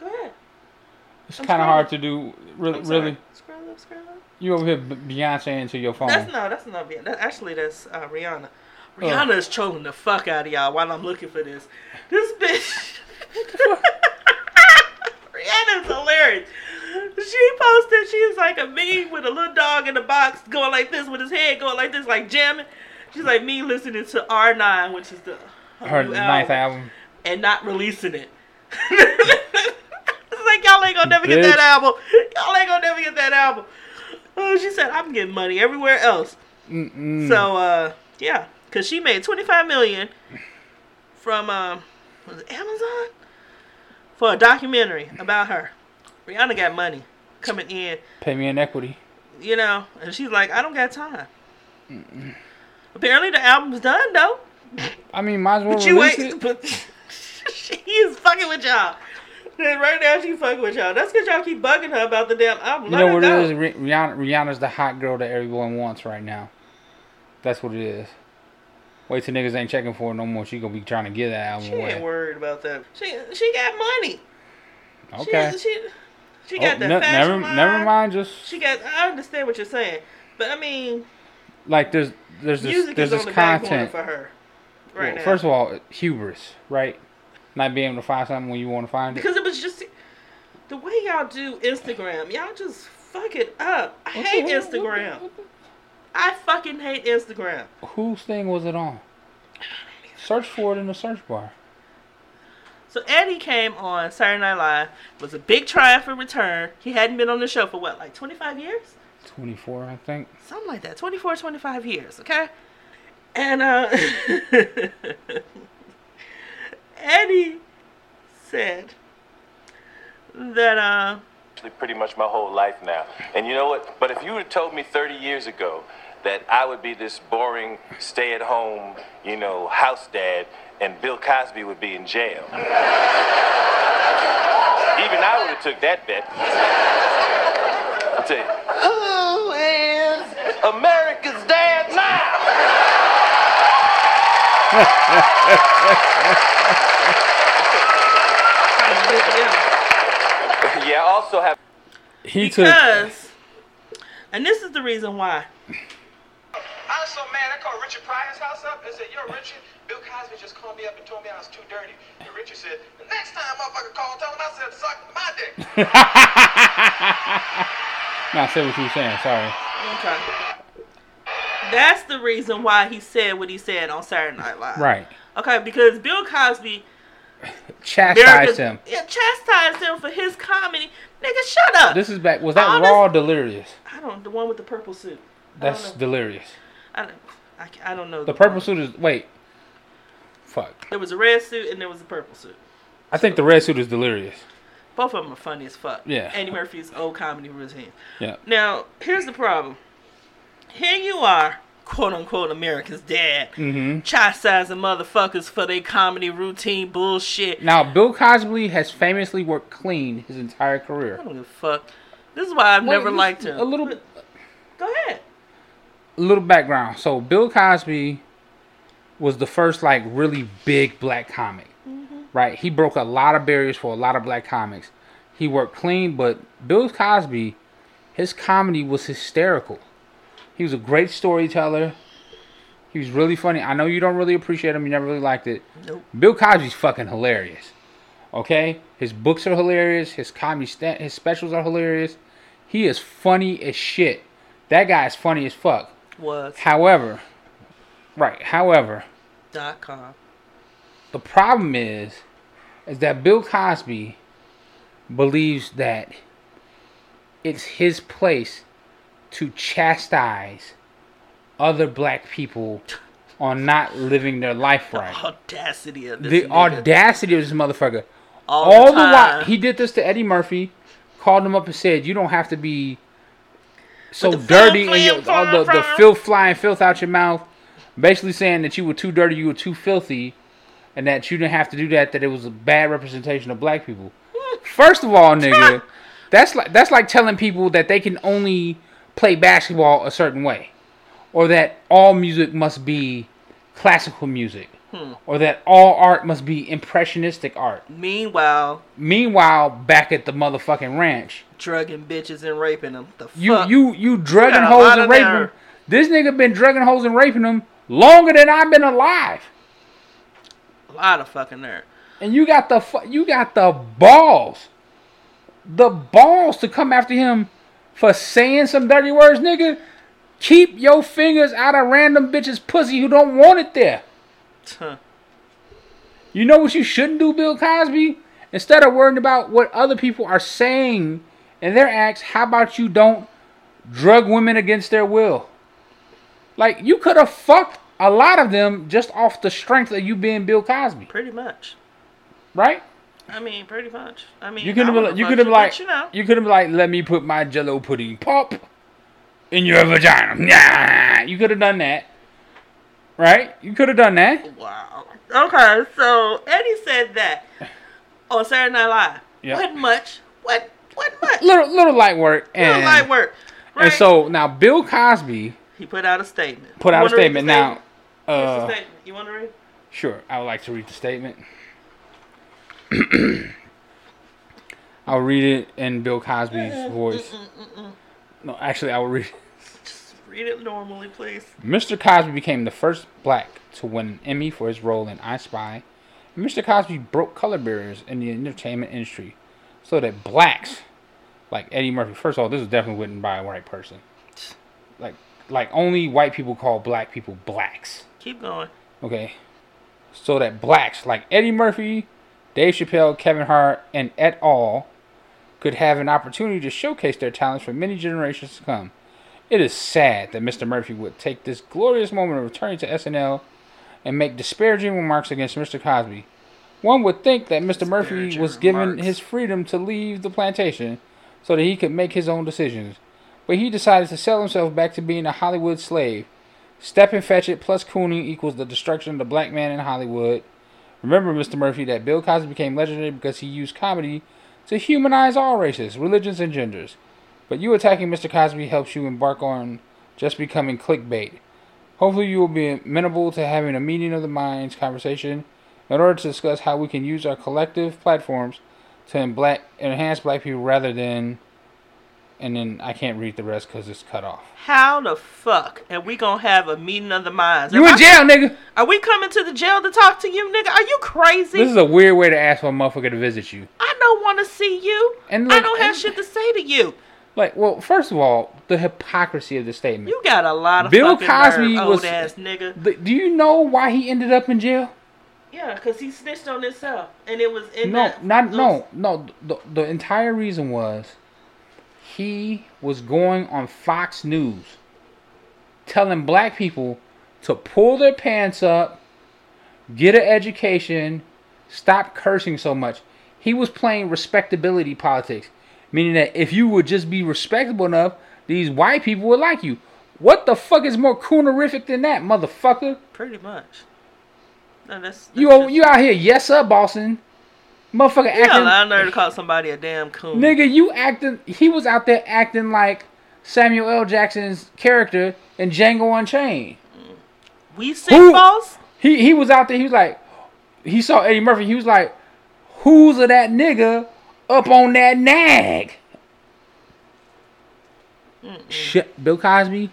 Speaker 2: Go ahead.
Speaker 1: It's
Speaker 2: I'm
Speaker 1: kind
Speaker 2: sorry.
Speaker 1: of hard to do. Really,
Speaker 2: I'm sorry.
Speaker 1: really,
Speaker 2: Scroll up, scroll up.
Speaker 1: you over here b- Beyonce into your phone.
Speaker 2: That's no, that's not Rihanna. That, actually, that's uh, Rihanna. Rihanna is trolling the fuck out of y'all while I'm looking for this. This bitch. Rihanna's hilarious. She posted, she's like a meme with a little dog in a box going like this, with his head going like this, like jamming. She's like me listening to R9, which is the her
Speaker 1: Her
Speaker 2: new
Speaker 1: ninth album.
Speaker 2: and not releasing it. it's like y'all ain't gonna never get
Speaker 1: Bitch.
Speaker 2: that album. Y'all ain't gonna never get that album. Oh, she said I'm getting money everywhere else.
Speaker 1: Mm-mm.
Speaker 2: So uh, yeah, cause she made 25 million from um, was it Amazon for a documentary about her. Rihanna got money coming in,
Speaker 1: pay me in equity.
Speaker 2: you know, and she's like, I don't got time.
Speaker 1: Hmm.
Speaker 2: Apparently the album's done though.
Speaker 1: I mean, might as well
Speaker 2: But you
Speaker 1: release
Speaker 2: ain't.
Speaker 1: it.
Speaker 2: But she is fucking with y'all. And right now she fucking with y'all. That's because y'all keep bugging her about the damn album.
Speaker 1: You
Speaker 2: Let
Speaker 1: know
Speaker 2: her
Speaker 1: what
Speaker 2: go.
Speaker 1: it is? Rih- Rihanna, Rihanna's the hot girl that everyone wants right now. That's what it is. Wait till niggas ain't checking for it no more. She gonna be trying to get that album
Speaker 2: She ain't
Speaker 1: away.
Speaker 2: worried about that. She she got money.
Speaker 1: Okay.
Speaker 2: She she, she
Speaker 1: Oh,
Speaker 2: got that
Speaker 1: ne-
Speaker 2: fashion
Speaker 1: never,
Speaker 2: line.
Speaker 1: never mind. Just
Speaker 2: She got. I understand what you're saying, but I mean,
Speaker 1: like there's, there's this,
Speaker 2: music
Speaker 1: there's
Speaker 2: is
Speaker 1: this
Speaker 2: on the back burner
Speaker 1: content.
Speaker 2: for her right
Speaker 1: Well,
Speaker 2: now.
Speaker 1: First of all, hubris, right? Not being able to find something when you want to find it.
Speaker 2: because it was just the way y'all do Instagram. Y'all just fuck it up. I
Speaker 1: What the
Speaker 2: hate
Speaker 1: hell? What the-
Speaker 2: Instagram.
Speaker 1: what the-
Speaker 2: I fucking hate Instagram.
Speaker 1: Whose thing was it on? Search for it in the search bar.
Speaker 2: So Eddie came on Saturday Night Live. It was a big triumphant return. He hadn't been on the show for what, like 25 years?
Speaker 1: 24, I think.
Speaker 2: Something like that. 24, 25 years, okay? And uh Eddie said that uh
Speaker 3: actually pretty much my whole life now. And you know what? But if you had told me 30 years ago that I would be this boring stay at home, you know, house dad and Bill Cosby would be in jail. Even I would have took that bet. I'll tell you. Who is America's dad now?
Speaker 2: yeah,
Speaker 3: yeah, I also have
Speaker 1: He took.
Speaker 2: because and this is the reason why.
Speaker 4: I was so mad, I called Richard Pryor's house up and said, Yo, Richard, Bill Cosby just called me up and told me I was too dirty. And Richard said, The next time motherfucker called, tell him I said, Suck my dick.
Speaker 1: Nah, say what you were saying. Sorry.
Speaker 2: Okay. That's the reason why he said what he said on Saturday Night Live.
Speaker 1: Right.
Speaker 2: Okay, because Bill Cosby
Speaker 1: Chastised him.
Speaker 2: Yeah, chastised him for his comedy. Nigga, shut up.
Speaker 1: This is back. Was that
Speaker 2: Honest-
Speaker 1: raw or delirious?
Speaker 2: I don't. The one with the purple suit.
Speaker 1: That's delirious.
Speaker 2: I don't, I, ca- I don't know.
Speaker 1: The purple suit is wait. Fuck.
Speaker 2: There was a red suit and there was a purple suit.
Speaker 1: I think the red suit is delirious.
Speaker 2: Both of them are funny as fuck.
Speaker 1: Yeah.
Speaker 2: Andy Murphy's old comedy routine.
Speaker 1: Yeah.
Speaker 2: Now, here's the problem. Here you are, quote unquote, America's dad,
Speaker 1: Mm-hmm.
Speaker 2: chastising motherfuckers for their comedy routine bullshit.
Speaker 1: Now Bill Cosby has famously worked clean his entire
Speaker 2: I
Speaker 1: career.
Speaker 2: don't give a fuck. This is why I've
Speaker 1: Well,
Speaker 2: never
Speaker 1: just
Speaker 2: liked him.
Speaker 1: A little, a
Speaker 2: Go ahead.
Speaker 1: little background. So Bill Cosby was the first like really big black comic, right? He broke a lot of barriers for a lot of black comics. He worked clean, but Bill Cosby, his comedy was hysterical. He was a great storyteller. He was really funny. I know you don't really appreciate him. You never really liked it.
Speaker 2: Nope.
Speaker 1: Bill Cosby's fucking hilarious. Okay, his books are hilarious. His comedy, sta his specials are hilarious. He is funny as shit. That guy is funny as fuck.
Speaker 2: Was
Speaker 1: However, right. However,
Speaker 2: dot com.
Speaker 1: the problem is, is that Bill Cosby believes that it's his place to chastise other black people on not living their life right.
Speaker 2: Audacity of this.
Speaker 1: the
Speaker 2: nigga.
Speaker 1: audacity of this motherfucker.
Speaker 2: All,
Speaker 1: All
Speaker 2: the,
Speaker 1: the while
Speaker 2: time.
Speaker 1: he did this to Eddie Murphy, called him up and said, "You don't have to be so
Speaker 2: the filth
Speaker 1: dirty and
Speaker 2: flying
Speaker 1: your, all
Speaker 2: flying
Speaker 1: the, the
Speaker 2: from-
Speaker 1: filth flying filth out your mouth," basically saying that you were too dirty, you were too filthy, and that you didn't have to do that. That it was a bad representation of black people. First of all, nigga, that's like that's like telling people that they can only play basketball a certain way, or that all music must be classical music,
Speaker 2: Hmm.
Speaker 1: or that all art must be impressionistic art.
Speaker 2: Meanwhile,
Speaker 1: Meanwhile, back at the motherfucking ranch,
Speaker 2: drugging bitches and raping them. The
Speaker 1: you
Speaker 2: fuck?
Speaker 1: you you drugging
Speaker 2: got a
Speaker 1: hoes
Speaker 2: lot
Speaker 1: and
Speaker 2: of
Speaker 1: raping.
Speaker 2: nerve.
Speaker 1: them. This nigga been drugging hoes and raping them longer than I've been alive,
Speaker 2: A lot of fucking nerd.
Speaker 1: and you got the fu- you got the balls, the balls to come after him for saying some dirty words, nigga. Keep your fingers out of random bitches' pussy who don't want it there.
Speaker 2: Huh.
Speaker 1: You know what you shouldn't do, Bill Cosby? Instead of worrying about what other people are saying and their acts, how about you don't drug women against their will? Like, you could have fucked a lot of them just off the strength of you being Bill Cosby,
Speaker 2: Pretty much.
Speaker 1: right?
Speaker 2: I mean, pretty much. I mean,
Speaker 1: You could have
Speaker 2: I
Speaker 1: been,
Speaker 2: would've
Speaker 1: you
Speaker 2: fucked
Speaker 1: could have been
Speaker 2: but
Speaker 1: like,
Speaker 2: you know,
Speaker 1: you could have been like, let me put my Jello pudding pop in your vagina. Nah, you could have done that, right? You could have done that.
Speaker 2: Wow. Okay, so Eddie said that on Saturday Night Live.
Speaker 1: Yeah.
Speaker 2: What much? What? What much?
Speaker 1: Little little light work and
Speaker 2: Little light work. Right?
Speaker 1: and so now Bill Cosby.
Speaker 2: he put out a statement.
Speaker 1: put
Speaker 2: You
Speaker 1: out a
Speaker 2: wanna read the
Speaker 1: statement now.
Speaker 2: What's the
Speaker 1: Uh,
Speaker 2: statement? You want to read?
Speaker 1: sure, I would like to read the statement. I'll read it in Bill Cosby's voice. No, actually, I will read.
Speaker 2: Just read it normally, please.
Speaker 1: Mr. Cosby became the first black to win an Emmy for his role in I Spy. And Mr. Cosby broke color barriers in the entertainment industry so that blacks, like Eddie Murphy, first of all, this was definitely written by a white person. Like, like only white people call black people blacks.
Speaker 2: Keep going.
Speaker 1: Okay. So that blacks like Eddie Murphy, Dave Chappelle, Kevin Hart, and et al. could have an opportunity to showcase their talents for many generations to come. It is sad that Mr. Murphy would take this glorious moment of returning to SNL and make disparaging remarks against Mr. Cosby. One would think that Mr. Murphy
Speaker 2: Disparaging
Speaker 1: was given
Speaker 2: remarks.
Speaker 1: his freedom to leave the plantation so that he could make his own decisions, but he decided to sell himself back to being a Hollywood slave. Step and fetch it plus cooning equals the destruction of the black man in Hollywood. Remember, Mr. Murphy, that Bill Cosby became legendary because he used comedy to humanize all races, religions, and genders. But you attacking Mr. Cosby helps you embark on just becoming clickbait. Hopefully, you will be amenable to having a meeting of the minds conversation in order to discuss how we can use our collective platforms to en- black, enhance black people rather than. And then I can't read the rest because it's cut off.
Speaker 2: How the fuck are we gonna have a meeting of the minds?
Speaker 1: You
Speaker 2: Am
Speaker 1: in
Speaker 2: I-
Speaker 1: jail, nigga!
Speaker 2: Are we coming to the jail to talk to you, nigga? Are you crazy?
Speaker 1: This is a weird way to ask for a motherfucker to visit you.
Speaker 2: I don't want to see you.
Speaker 1: And
Speaker 2: I
Speaker 1: look-
Speaker 2: don't have
Speaker 1: and-
Speaker 2: shit to say to you.
Speaker 1: Like, well, first of all, the hypocrisy of the statement.
Speaker 2: You got a lot of
Speaker 1: Bill
Speaker 2: fucking
Speaker 1: Cosby
Speaker 2: nerve,
Speaker 1: was-
Speaker 2: old ass nigga.
Speaker 1: Th- do you know why he ended up in jail?
Speaker 2: Yeah, because he snitched on himself, and it was in
Speaker 1: No,
Speaker 2: that.
Speaker 1: not no, no. The, the entire reason was he was going on Fox News telling black people to pull their pants up, get an education, stop cursing so much. He was playing respectability politics, meaning that if you would just be respectable enough, these white people would like you. What the fuck is more coonerific than that, motherfucker?
Speaker 2: Pretty much. No, that's, that's
Speaker 1: You o-
Speaker 2: just-
Speaker 1: you out here, yes sir, Boston, motherfucker
Speaker 2: You
Speaker 1: acting.
Speaker 2: allowed her to call somebody a damn coon.
Speaker 1: Nigga, you acting. He was out there acting like Samuel L. Jackson's character in Django Unchained.
Speaker 2: We sick
Speaker 1: Who-
Speaker 2: balls?
Speaker 1: He he was out there. He was like, he saw Eddie Murphy. He was like, who's of that nigga up on that nag? Shit, Bill Cosby,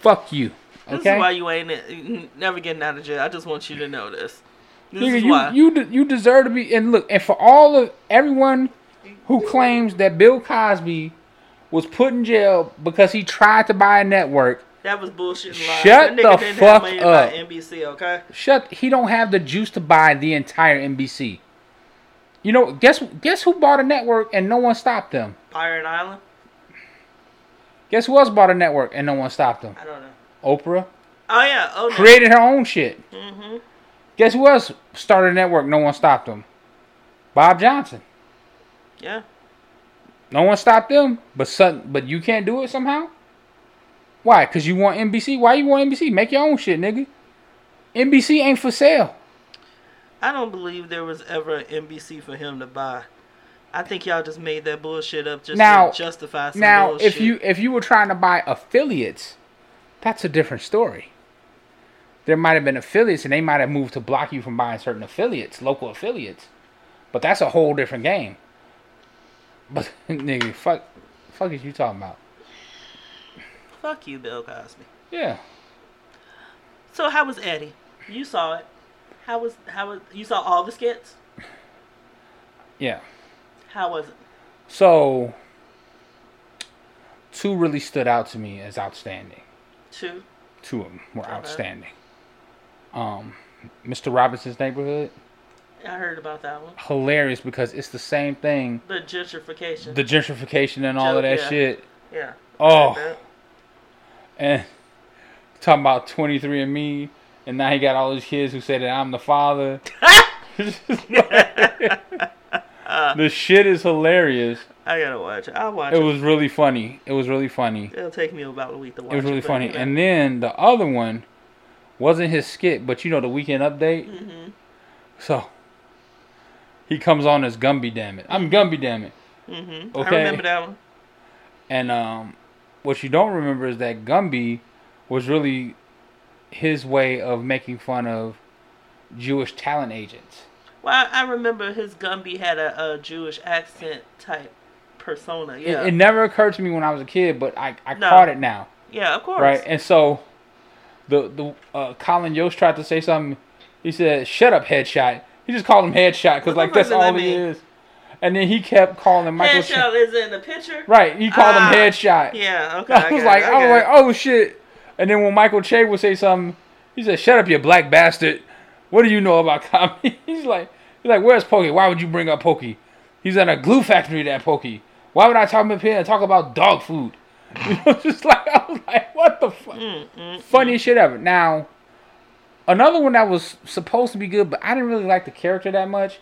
Speaker 1: fuck you.
Speaker 2: This
Speaker 1: Okay,
Speaker 2: is why you ain't n- never getting out of jail. I just want you to know this. This
Speaker 1: nigga,
Speaker 2: is why.
Speaker 1: you you de- you deserve to be. And look, and for all of everyone who claims that Bill Cosby was put in jail because he tried to buy a network.
Speaker 2: that was bullshit. and lies.
Speaker 1: Shut
Speaker 2: that nigga
Speaker 1: the
Speaker 2: didn't
Speaker 1: fuck
Speaker 2: have money to buy
Speaker 1: up.
Speaker 2: NBC, okay?
Speaker 1: Shut. He don't have the juice to buy the entire NBC. You know, guess guess who bought a network and no one stopped them.
Speaker 2: Pirate Island?
Speaker 1: Guess who else bought a network and no one stopped them.
Speaker 2: I don't know.
Speaker 1: Oprah
Speaker 2: Oh, yeah. Oh, no.
Speaker 1: created her own shit. Guess who else started a network? No one stopped them. Bob Johnson.
Speaker 2: Yeah.
Speaker 1: No one stopped them. But sudden, but you can't do it somehow. Why? Cause you want NBC. Why you want NBC? Make your own shit, nigga. NBC ain't for sale.
Speaker 2: I don't believe there was ever an NBC for him to buy. I think y'all just made that bullshit up just
Speaker 1: Now-
Speaker 2: to justify some
Speaker 1: now
Speaker 2: bullshit.
Speaker 1: if you if you were trying to buy affiliates that's a different story there might have been affiliates and they might have moved to block you from buying certain affiliates local affiliates but that's a whole different game but nigga fuck fuck is you talking about
Speaker 2: Fuck you, Bill Cosby.
Speaker 1: yeah
Speaker 2: So how was Eddie? You saw it. How was how was you saw all the skits?
Speaker 1: yeah
Speaker 2: How was it?
Speaker 1: so two really stood out to me as outstanding
Speaker 2: Two.
Speaker 1: two of them were outstanding um mr robinson's neighborhood
Speaker 2: I heard about that one.
Speaker 1: hilarious because it's the same thing
Speaker 2: The gentrification.
Speaker 1: the gentrification and all of
Speaker 2: Joke,
Speaker 1: that
Speaker 2: yeah.
Speaker 1: shit.
Speaker 2: yeah.
Speaker 1: Oh, and talking about 23 and me, and now he got all these kids who say that I'm the father. It's just like- the shit is hilarious.
Speaker 2: I gotta watch it. I'll watch
Speaker 1: It
Speaker 2: it.
Speaker 1: was really funny. It was really funny.
Speaker 2: It'll take me about a week to watch
Speaker 1: It was really
Speaker 2: but,
Speaker 1: funny.
Speaker 2: you know.
Speaker 1: And then the other one wasn't his skit, but you know the weekend update.
Speaker 2: Mm-hmm.
Speaker 1: So he comes on as Gumby, damn it! I'm Gumby, damn it!
Speaker 2: Mhm.
Speaker 1: okay.
Speaker 2: I remember that one.
Speaker 1: And um, what you don't remember is that Gumby was really his way of making fun of Jewish talent agents.
Speaker 2: Well, I I remember his Gumby had a, a Jewish accent type persona.
Speaker 1: It-
Speaker 2: Yeah.
Speaker 1: It, never occurred to me when I was a kid, but I, I
Speaker 2: No.
Speaker 1: caught it now,
Speaker 2: yeah, of course.
Speaker 1: right? And so the the uh, Colin Yost tried to say something. He said, "Shut up, headshot." He just called him headshot because
Speaker 2: What
Speaker 1: like
Speaker 2: the
Speaker 1: that's
Speaker 2: fuck does that
Speaker 1: all he
Speaker 2: mean?
Speaker 1: is. And then he kept calling Michael. Ch-
Speaker 2: Headshot is in the picture.
Speaker 1: right, he called
Speaker 2: Ah,
Speaker 1: him headshot.
Speaker 2: Yeah. Okay.
Speaker 1: I was
Speaker 2: got
Speaker 1: like,
Speaker 2: it,
Speaker 1: I was
Speaker 2: got
Speaker 1: like,
Speaker 2: it.
Speaker 1: oh shit. And then when Michael Che would say something, he said, "Shut up, you black bastard. What do you know about comedy?" he's like, he's like, where's Pokey? Why would you bring up Pokey? He's at a glue factory. That Pokey. Why would I talk him up here and talk about dog food? You know, just like I was like, what the fuck?
Speaker 2: Mm,
Speaker 1: Funniest shit ever. Now, another one that was supposed to be good, but I didn't really like the character that much.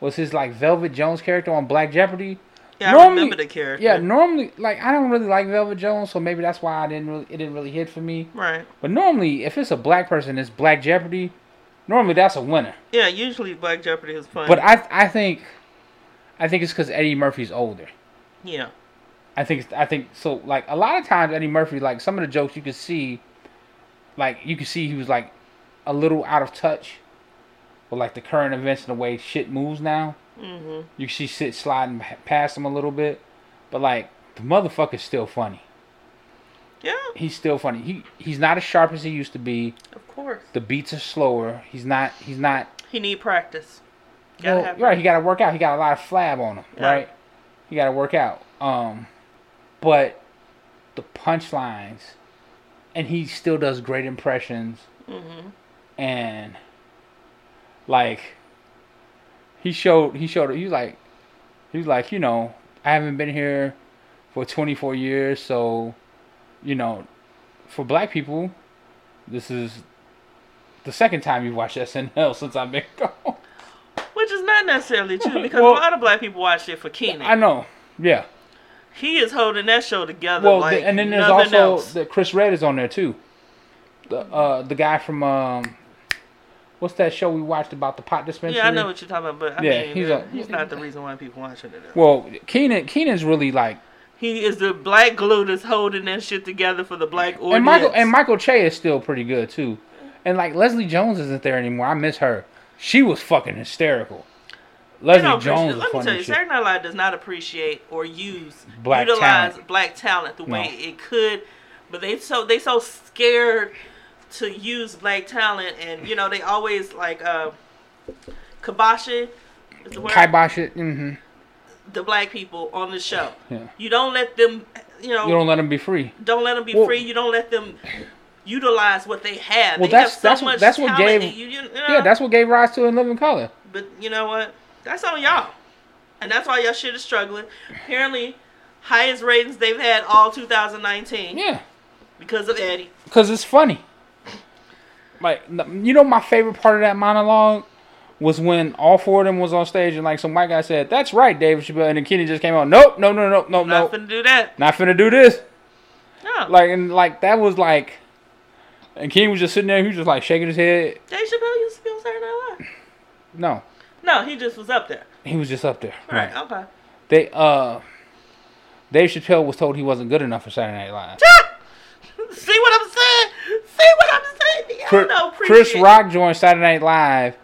Speaker 1: Was his like Velvet Jones character on Black Jeopardy?
Speaker 2: Yeah, I remember the character.
Speaker 1: Yeah, normally like I don't really like Velvet Jones, so maybe that's why I didn't really it didn't really hit for me.
Speaker 2: Right.
Speaker 1: But normally if it's a black person it's Black Jeopardy, normally that's a winner.
Speaker 2: Yeah. Usually Black Jeopardy is fun.
Speaker 1: But I I think I think it's cuz Eddie Murphy's older.
Speaker 2: yeah.
Speaker 1: I think it's- I think so like a lot of times Eddie Murphy like some of the jokes you could see like you could see he was like a little out of touch with like the current events and the way shit moves now.
Speaker 2: Mhm.
Speaker 1: You can see shit sliding pa- past him a little bit, but like the motherfucker's still funny.
Speaker 2: Yeah.
Speaker 1: he's still funny. He he's not as sharp as he used to be.
Speaker 2: Of course.
Speaker 1: The beats are slower. He's not he's not
Speaker 2: He need practice. Gotta
Speaker 1: well,
Speaker 2: have
Speaker 1: right, he gotta work out. He got a lot of flab on him,
Speaker 2: Yeah.
Speaker 1: right? He gotta work out. Um but the punchlines and he still does great impressions
Speaker 2: Mm-hmm.
Speaker 1: and like he showed he showed he was like he was like, you know, I haven't been here for twenty four years, so you know, for black people, this is the second time you've watched SNL since I've been gone.
Speaker 2: Which is not necessarily true because
Speaker 1: Well-
Speaker 2: a lot of black people watch it for Keenan.
Speaker 1: I know. Yeah.
Speaker 2: he is holding that show together.
Speaker 1: Well,
Speaker 2: like
Speaker 1: the- and then there's
Speaker 2: nothing
Speaker 1: also
Speaker 2: else.
Speaker 1: the Chris Red is on there too. The uh the guy from um what's that show we watched about the pot dispensary?
Speaker 2: yeah, I know what you're talking about, but I
Speaker 1: Yeah,
Speaker 2: mean,
Speaker 1: he's
Speaker 2: he's,
Speaker 1: a-
Speaker 2: not the reason why people watching it. though.
Speaker 1: Well, Keenan Keenan's really like
Speaker 2: he is the black glue that's holding that shit together for the black audience.
Speaker 1: and Michael and Michael Che is still pretty good too. And like Leslie Jones isn't there anymore. I miss her. She was fucking hysterical.
Speaker 2: They
Speaker 1: Leslie
Speaker 2: don't
Speaker 1: Jones
Speaker 2: appreciate-
Speaker 1: was
Speaker 2: Let me
Speaker 1: funny
Speaker 2: tell you,
Speaker 1: as shit.
Speaker 2: Saturday Night Live does not appreciate or use
Speaker 1: Black
Speaker 2: utilize
Speaker 1: talent.
Speaker 2: black talent the
Speaker 1: No.
Speaker 2: way it could, but they so they so scared to use black talent, and you know they always like uh, kiboshing is the word
Speaker 1: Kibosh it. hmm
Speaker 2: the black people on the show.
Speaker 1: Yeah.
Speaker 2: You don't let them, you know,
Speaker 1: You
Speaker 2: don't,
Speaker 1: don't let him be free.
Speaker 2: let them be
Speaker 1: Well-
Speaker 2: free. You don't let them utilize what they have.
Speaker 1: Well,
Speaker 2: they have
Speaker 1: that's-
Speaker 2: so
Speaker 1: that's what-
Speaker 2: much
Speaker 1: that's what
Speaker 2: talent
Speaker 1: gave-
Speaker 2: and you- you know,
Speaker 1: Yeah, that's what gave rise to In Living Color.
Speaker 2: But you know what? That's on y'all. And that's why y'all shit is struggling. Apparently, highest ratings they've had all 2019
Speaker 1: Yeah,
Speaker 2: because of Eddie.
Speaker 1: because it's funny. Like n- you know, my favorite part of that monologue was when all four of them was on stage and like some white guy said, "That's right, David Chappelle," and then Keenan just came out, "Nope, no, no, no, no,
Speaker 2: Not
Speaker 1: no,
Speaker 2: finna do that.
Speaker 1: not finna do this."
Speaker 2: No. Like,
Speaker 1: Like and like that was like, and Keenan was just sitting there, he was just like shaking his head.
Speaker 2: Dave Chappelle used to be on Saturday Night Live.
Speaker 1: No,
Speaker 2: No, he just was up there.
Speaker 1: he was just up there.
Speaker 2: All right, okay.
Speaker 1: They uh, Dave Chappelle was told he wasn't good enough for Saturday Night Live.
Speaker 2: See what I'm saying? See what I'm saying? Y'all
Speaker 1: Chris,
Speaker 2: know
Speaker 1: Chris
Speaker 2: appreciate-
Speaker 1: Rock joined Saturday Night Live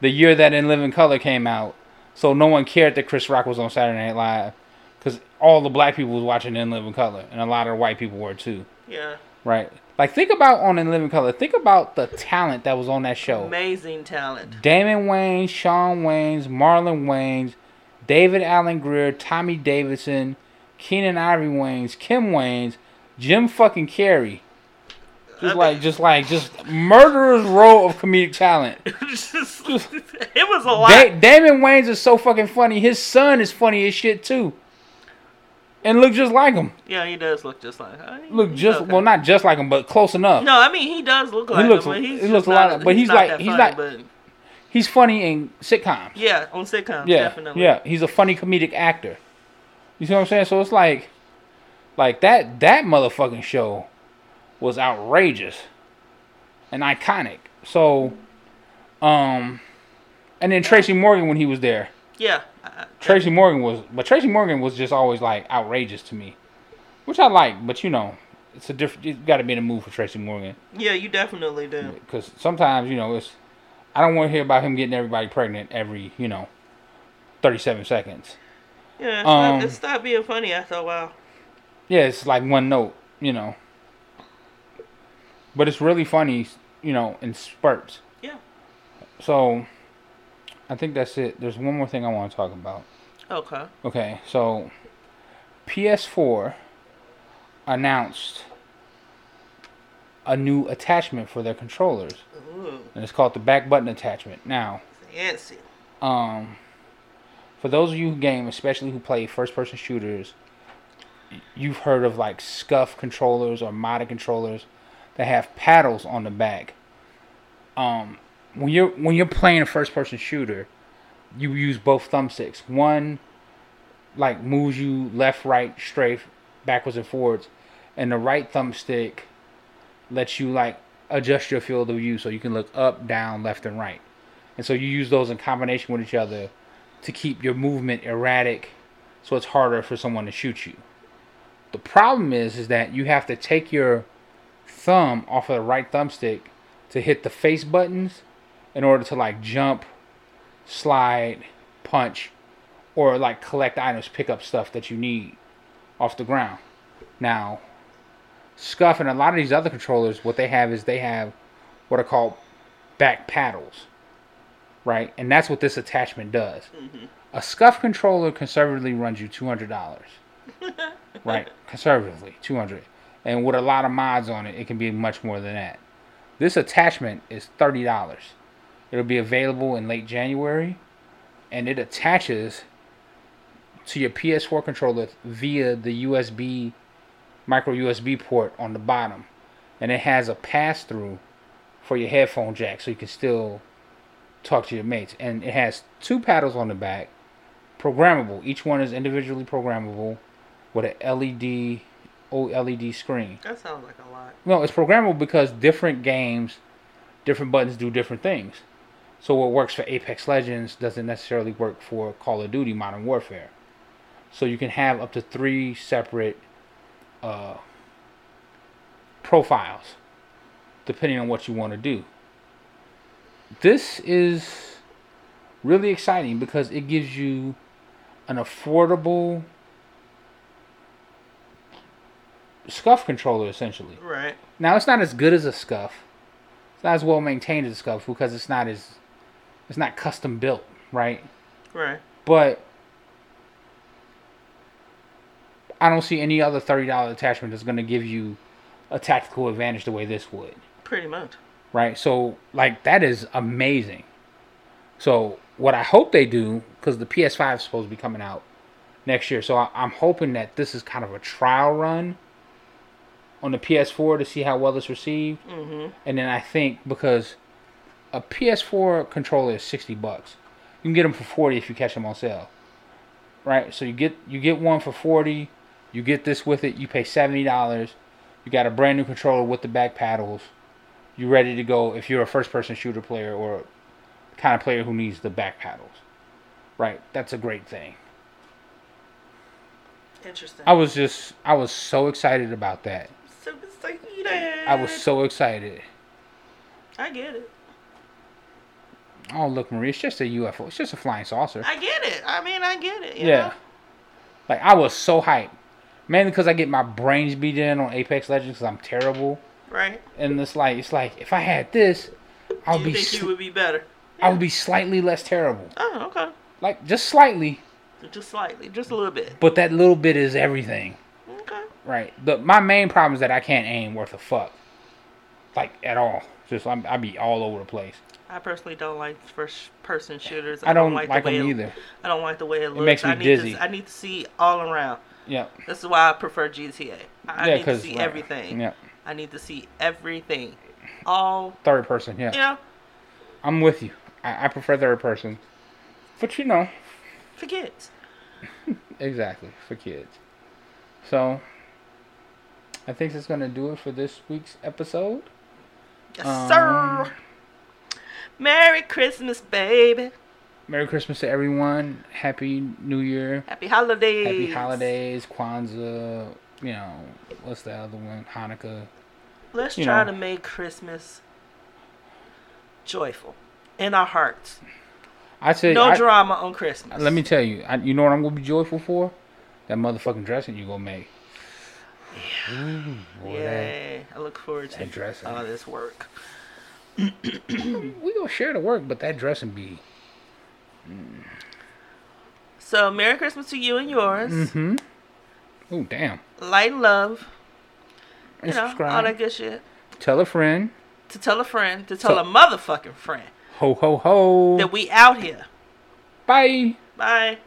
Speaker 1: the year that In Living Color came out, so no one cared that Chris Rock was on Saturday Night Live because all the black people was watching In Living Color, and a lot of white people were too,
Speaker 2: Yeah.
Speaker 1: right? Like think about on In Living Color, think about the talent that was on that show:
Speaker 2: Amazing talent.
Speaker 1: Damon Wayans, Sean Wayans, Marlon Wayans, David Allen Greer, Tommy Davidson, Keenan Ivory Wayans, Kim Wayans, Jim fucking Carrey. Just like, just like, just murderer's row of comedic talent.
Speaker 2: Just- it was a lot.
Speaker 1: Da- Damon Wayans is so fucking funny. His son is funny as shit too, and look just like him.
Speaker 2: yeah, he does look just like. huh? He-
Speaker 1: Look
Speaker 2: he's
Speaker 1: just
Speaker 2: okay.
Speaker 1: well, not just like him, but close enough.
Speaker 2: No, I mean he does look like
Speaker 1: looks-
Speaker 2: him, but he's
Speaker 1: he looks
Speaker 2: just
Speaker 1: a lot
Speaker 2: not-
Speaker 1: of- but he's
Speaker 2: not
Speaker 1: like-
Speaker 2: that
Speaker 1: he's
Speaker 2: funny,
Speaker 1: not-
Speaker 2: but
Speaker 1: He's funny in sitcoms.
Speaker 2: yeah, on sitcoms,
Speaker 1: yeah,
Speaker 2: definitely.
Speaker 1: yeah. He's a funny comedic actor. You see what I'm saying? So it's like, like that that motherfucking show was outrageous and iconic. So, um, and then Tracy Morgan when he was there.
Speaker 2: yeah. I- I-
Speaker 1: Tracy Morgan was, but Tracy Morgan was just always like outrageous to me, which I like. But you know, it's a different. You got to be in the mood for Tracy Morgan
Speaker 2: yeah, you definitely do.
Speaker 1: because sometimes you know it's. I don't want to hear about him getting everybody pregnant every you know, thirty-seven seconds.
Speaker 2: Yeah, it's,
Speaker 1: Um,
Speaker 2: not, it stopped being funny after a while.
Speaker 1: Yeah, it's like one note, you know. But it's really funny, you know, in spurts.
Speaker 2: Yeah.
Speaker 1: So, I think that's it. There's one more thing I want to talk about.
Speaker 2: Okay.
Speaker 1: Okay, so PS4 announced a new attachment for their controllers,
Speaker 2: Ooh,
Speaker 1: and it's called the back button attachment. Now,
Speaker 2: fancy.
Speaker 1: um, for those of you who game, especially who play first person shooters, y- you've heard of like scuff controllers or modded controllers that have paddles on the back. Um, when you're when you're playing a first person shooter, you use both thumbsticks. One like moves you left, right, strafe, backwards and forwards, and the right thumbstick lets you like adjust your field of view so you can look up, down, left and right. And so you use those in combination with each other to keep your movement erratic so it's harder for someone to shoot you. The problem is is that you have to take your thumb off of the right thumbstick to hit the face buttons in order to like jump, slide, punch, or like collect items, pick up stuff that you need off the ground. Now, Scuff and a lot of these other controllers, what they have is they have what are called back paddles right? And that's what this attachment does. A scuff controller conservatively runs you two hundred dollars, right? Conservatively, two hundred. And with a lot of mods on it, it can be much more than that. This attachment is thirty dollars. It'll be available in late January, and it attaches to your PS4 controller via the USB micro USB port on the bottom. and it has a pass through for your headphone jack, so you can still talk to your mates. And it has two paddles on the back, programmable. Each one is individually programmable with a E LED OLED E screen.
Speaker 2: That sounds like a lot.
Speaker 1: No, it's programmable because different games, different buttons do different things. So what works for Apex Legends doesn't necessarily work for Call of Duty Modern Warfare. So you can have up to three separate uh, profiles, depending on what you want to do. This is really exciting because it gives you an affordable scuff controller essentially.
Speaker 2: Right.
Speaker 1: Now it's not as good as a scuff. It's not as well maintained as a scuff because it's not as it's not custom built, right?
Speaker 2: Right.
Speaker 1: But I don't see any other thirty dollar attachment that's gonna give you a tactical advantage the way this would.
Speaker 2: Pretty much.
Speaker 1: Right? So like that is amazing. So what I hope they do, because the PS5 is supposed to be coming out next year, so I, I'm hoping that this is kind of a trial run on the PS4 to see how well it's received, mm-hmm. and then I think because a PS4 controller is sixty bucks, you can get them for forty if you catch them on sale, right? So you get you get one for forty, you get this with it, you pay seventy dollars, you got a brand new controller with the back paddles, you're ready to go if you're a first person shooter player or the kind of player who needs the back paddles, right? That's a great thing.
Speaker 2: Interesting.
Speaker 1: I was just I was so excited about that.
Speaker 2: so excited.
Speaker 1: I was so excited.
Speaker 2: I get it.
Speaker 1: Oh look, Marie, it's just a UFO. It's just a flying saucer.
Speaker 2: I get it. I mean, I get it. you
Speaker 1: yeah.
Speaker 2: know?
Speaker 1: Like I was so hyped, mainly because I get my brains beat in on Apex Legends because I'm terrible,
Speaker 2: Right.
Speaker 1: and it's like it's like if I had this, I would
Speaker 2: you
Speaker 1: be
Speaker 2: think
Speaker 1: sl-
Speaker 2: you would be better?
Speaker 1: I would be slightly less terrible,
Speaker 2: Oh, okay.
Speaker 1: like just slightly,
Speaker 2: Just slightly, just a little bit.
Speaker 1: but that little bit is everything,
Speaker 2: Okay.
Speaker 1: right? The my main problem is that I can't aim worth a fuck, like at all. Just I'm, I be all over the place.
Speaker 2: I personally don't like first person shooters.
Speaker 1: I don't like
Speaker 2: the way
Speaker 1: them
Speaker 2: it-
Speaker 1: either.
Speaker 2: I don't like the way it looks.
Speaker 1: makes me
Speaker 2: I need
Speaker 1: dizzy.
Speaker 2: To, I need to see all around.
Speaker 1: Yeah,
Speaker 2: This is why I prefer GTA. I
Speaker 1: Yeah,
Speaker 2: need to
Speaker 1: 'cause,
Speaker 2: see
Speaker 1: right,
Speaker 2: everything.
Speaker 1: yeah.
Speaker 2: I need to see everything. All
Speaker 1: third person. Yeah,
Speaker 2: you know,
Speaker 1: I'm with you. I, I prefer third person, but you know,
Speaker 2: for kids.
Speaker 1: Exactly, for kids. So, I think that's going to do it for this week's episode.
Speaker 2: Yes,
Speaker 1: Um,
Speaker 2: sir. Merry Christmas, baby.
Speaker 1: Merry Christmas to everyone. Happy New Year.
Speaker 2: Happy holidays.
Speaker 1: Happy holidays. Kwanzaa. You know, what's the other one? Hanukkah.
Speaker 2: Let's
Speaker 1: you
Speaker 2: try
Speaker 1: know.
Speaker 2: to make Christmas joyful in our hearts.
Speaker 1: I said,
Speaker 2: No
Speaker 1: I,
Speaker 2: drama on Christmas.
Speaker 1: let me tell you, I, you know what I'm going to be joyful for? That motherfucking dressing you going to make. Yeah.
Speaker 2: Yay. I look forward to
Speaker 1: that dressing.
Speaker 2: all this work.
Speaker 1: we going to share the work, but that dressing be.
Speaker 2: So, Merry Christmas to you and yours.
Speaker 1: Mm-hmm. Oh, damn.
Speaker 2: Light and love.
Speaker 1: And
Speaker 2: You know, all
Speaker 1: subscribe.
Speaker 2: that good shit.
Speaker 1: Tell a friend.
Speaker 2: To tell a friend, to tell
Speaker 1: So-
Speaker 2: a motherfucking friend
Speaker 1: Ho, ho, ho.
Speaker 2: that we out here.
Speaker 1: Bye.
Speaker 2: Bye.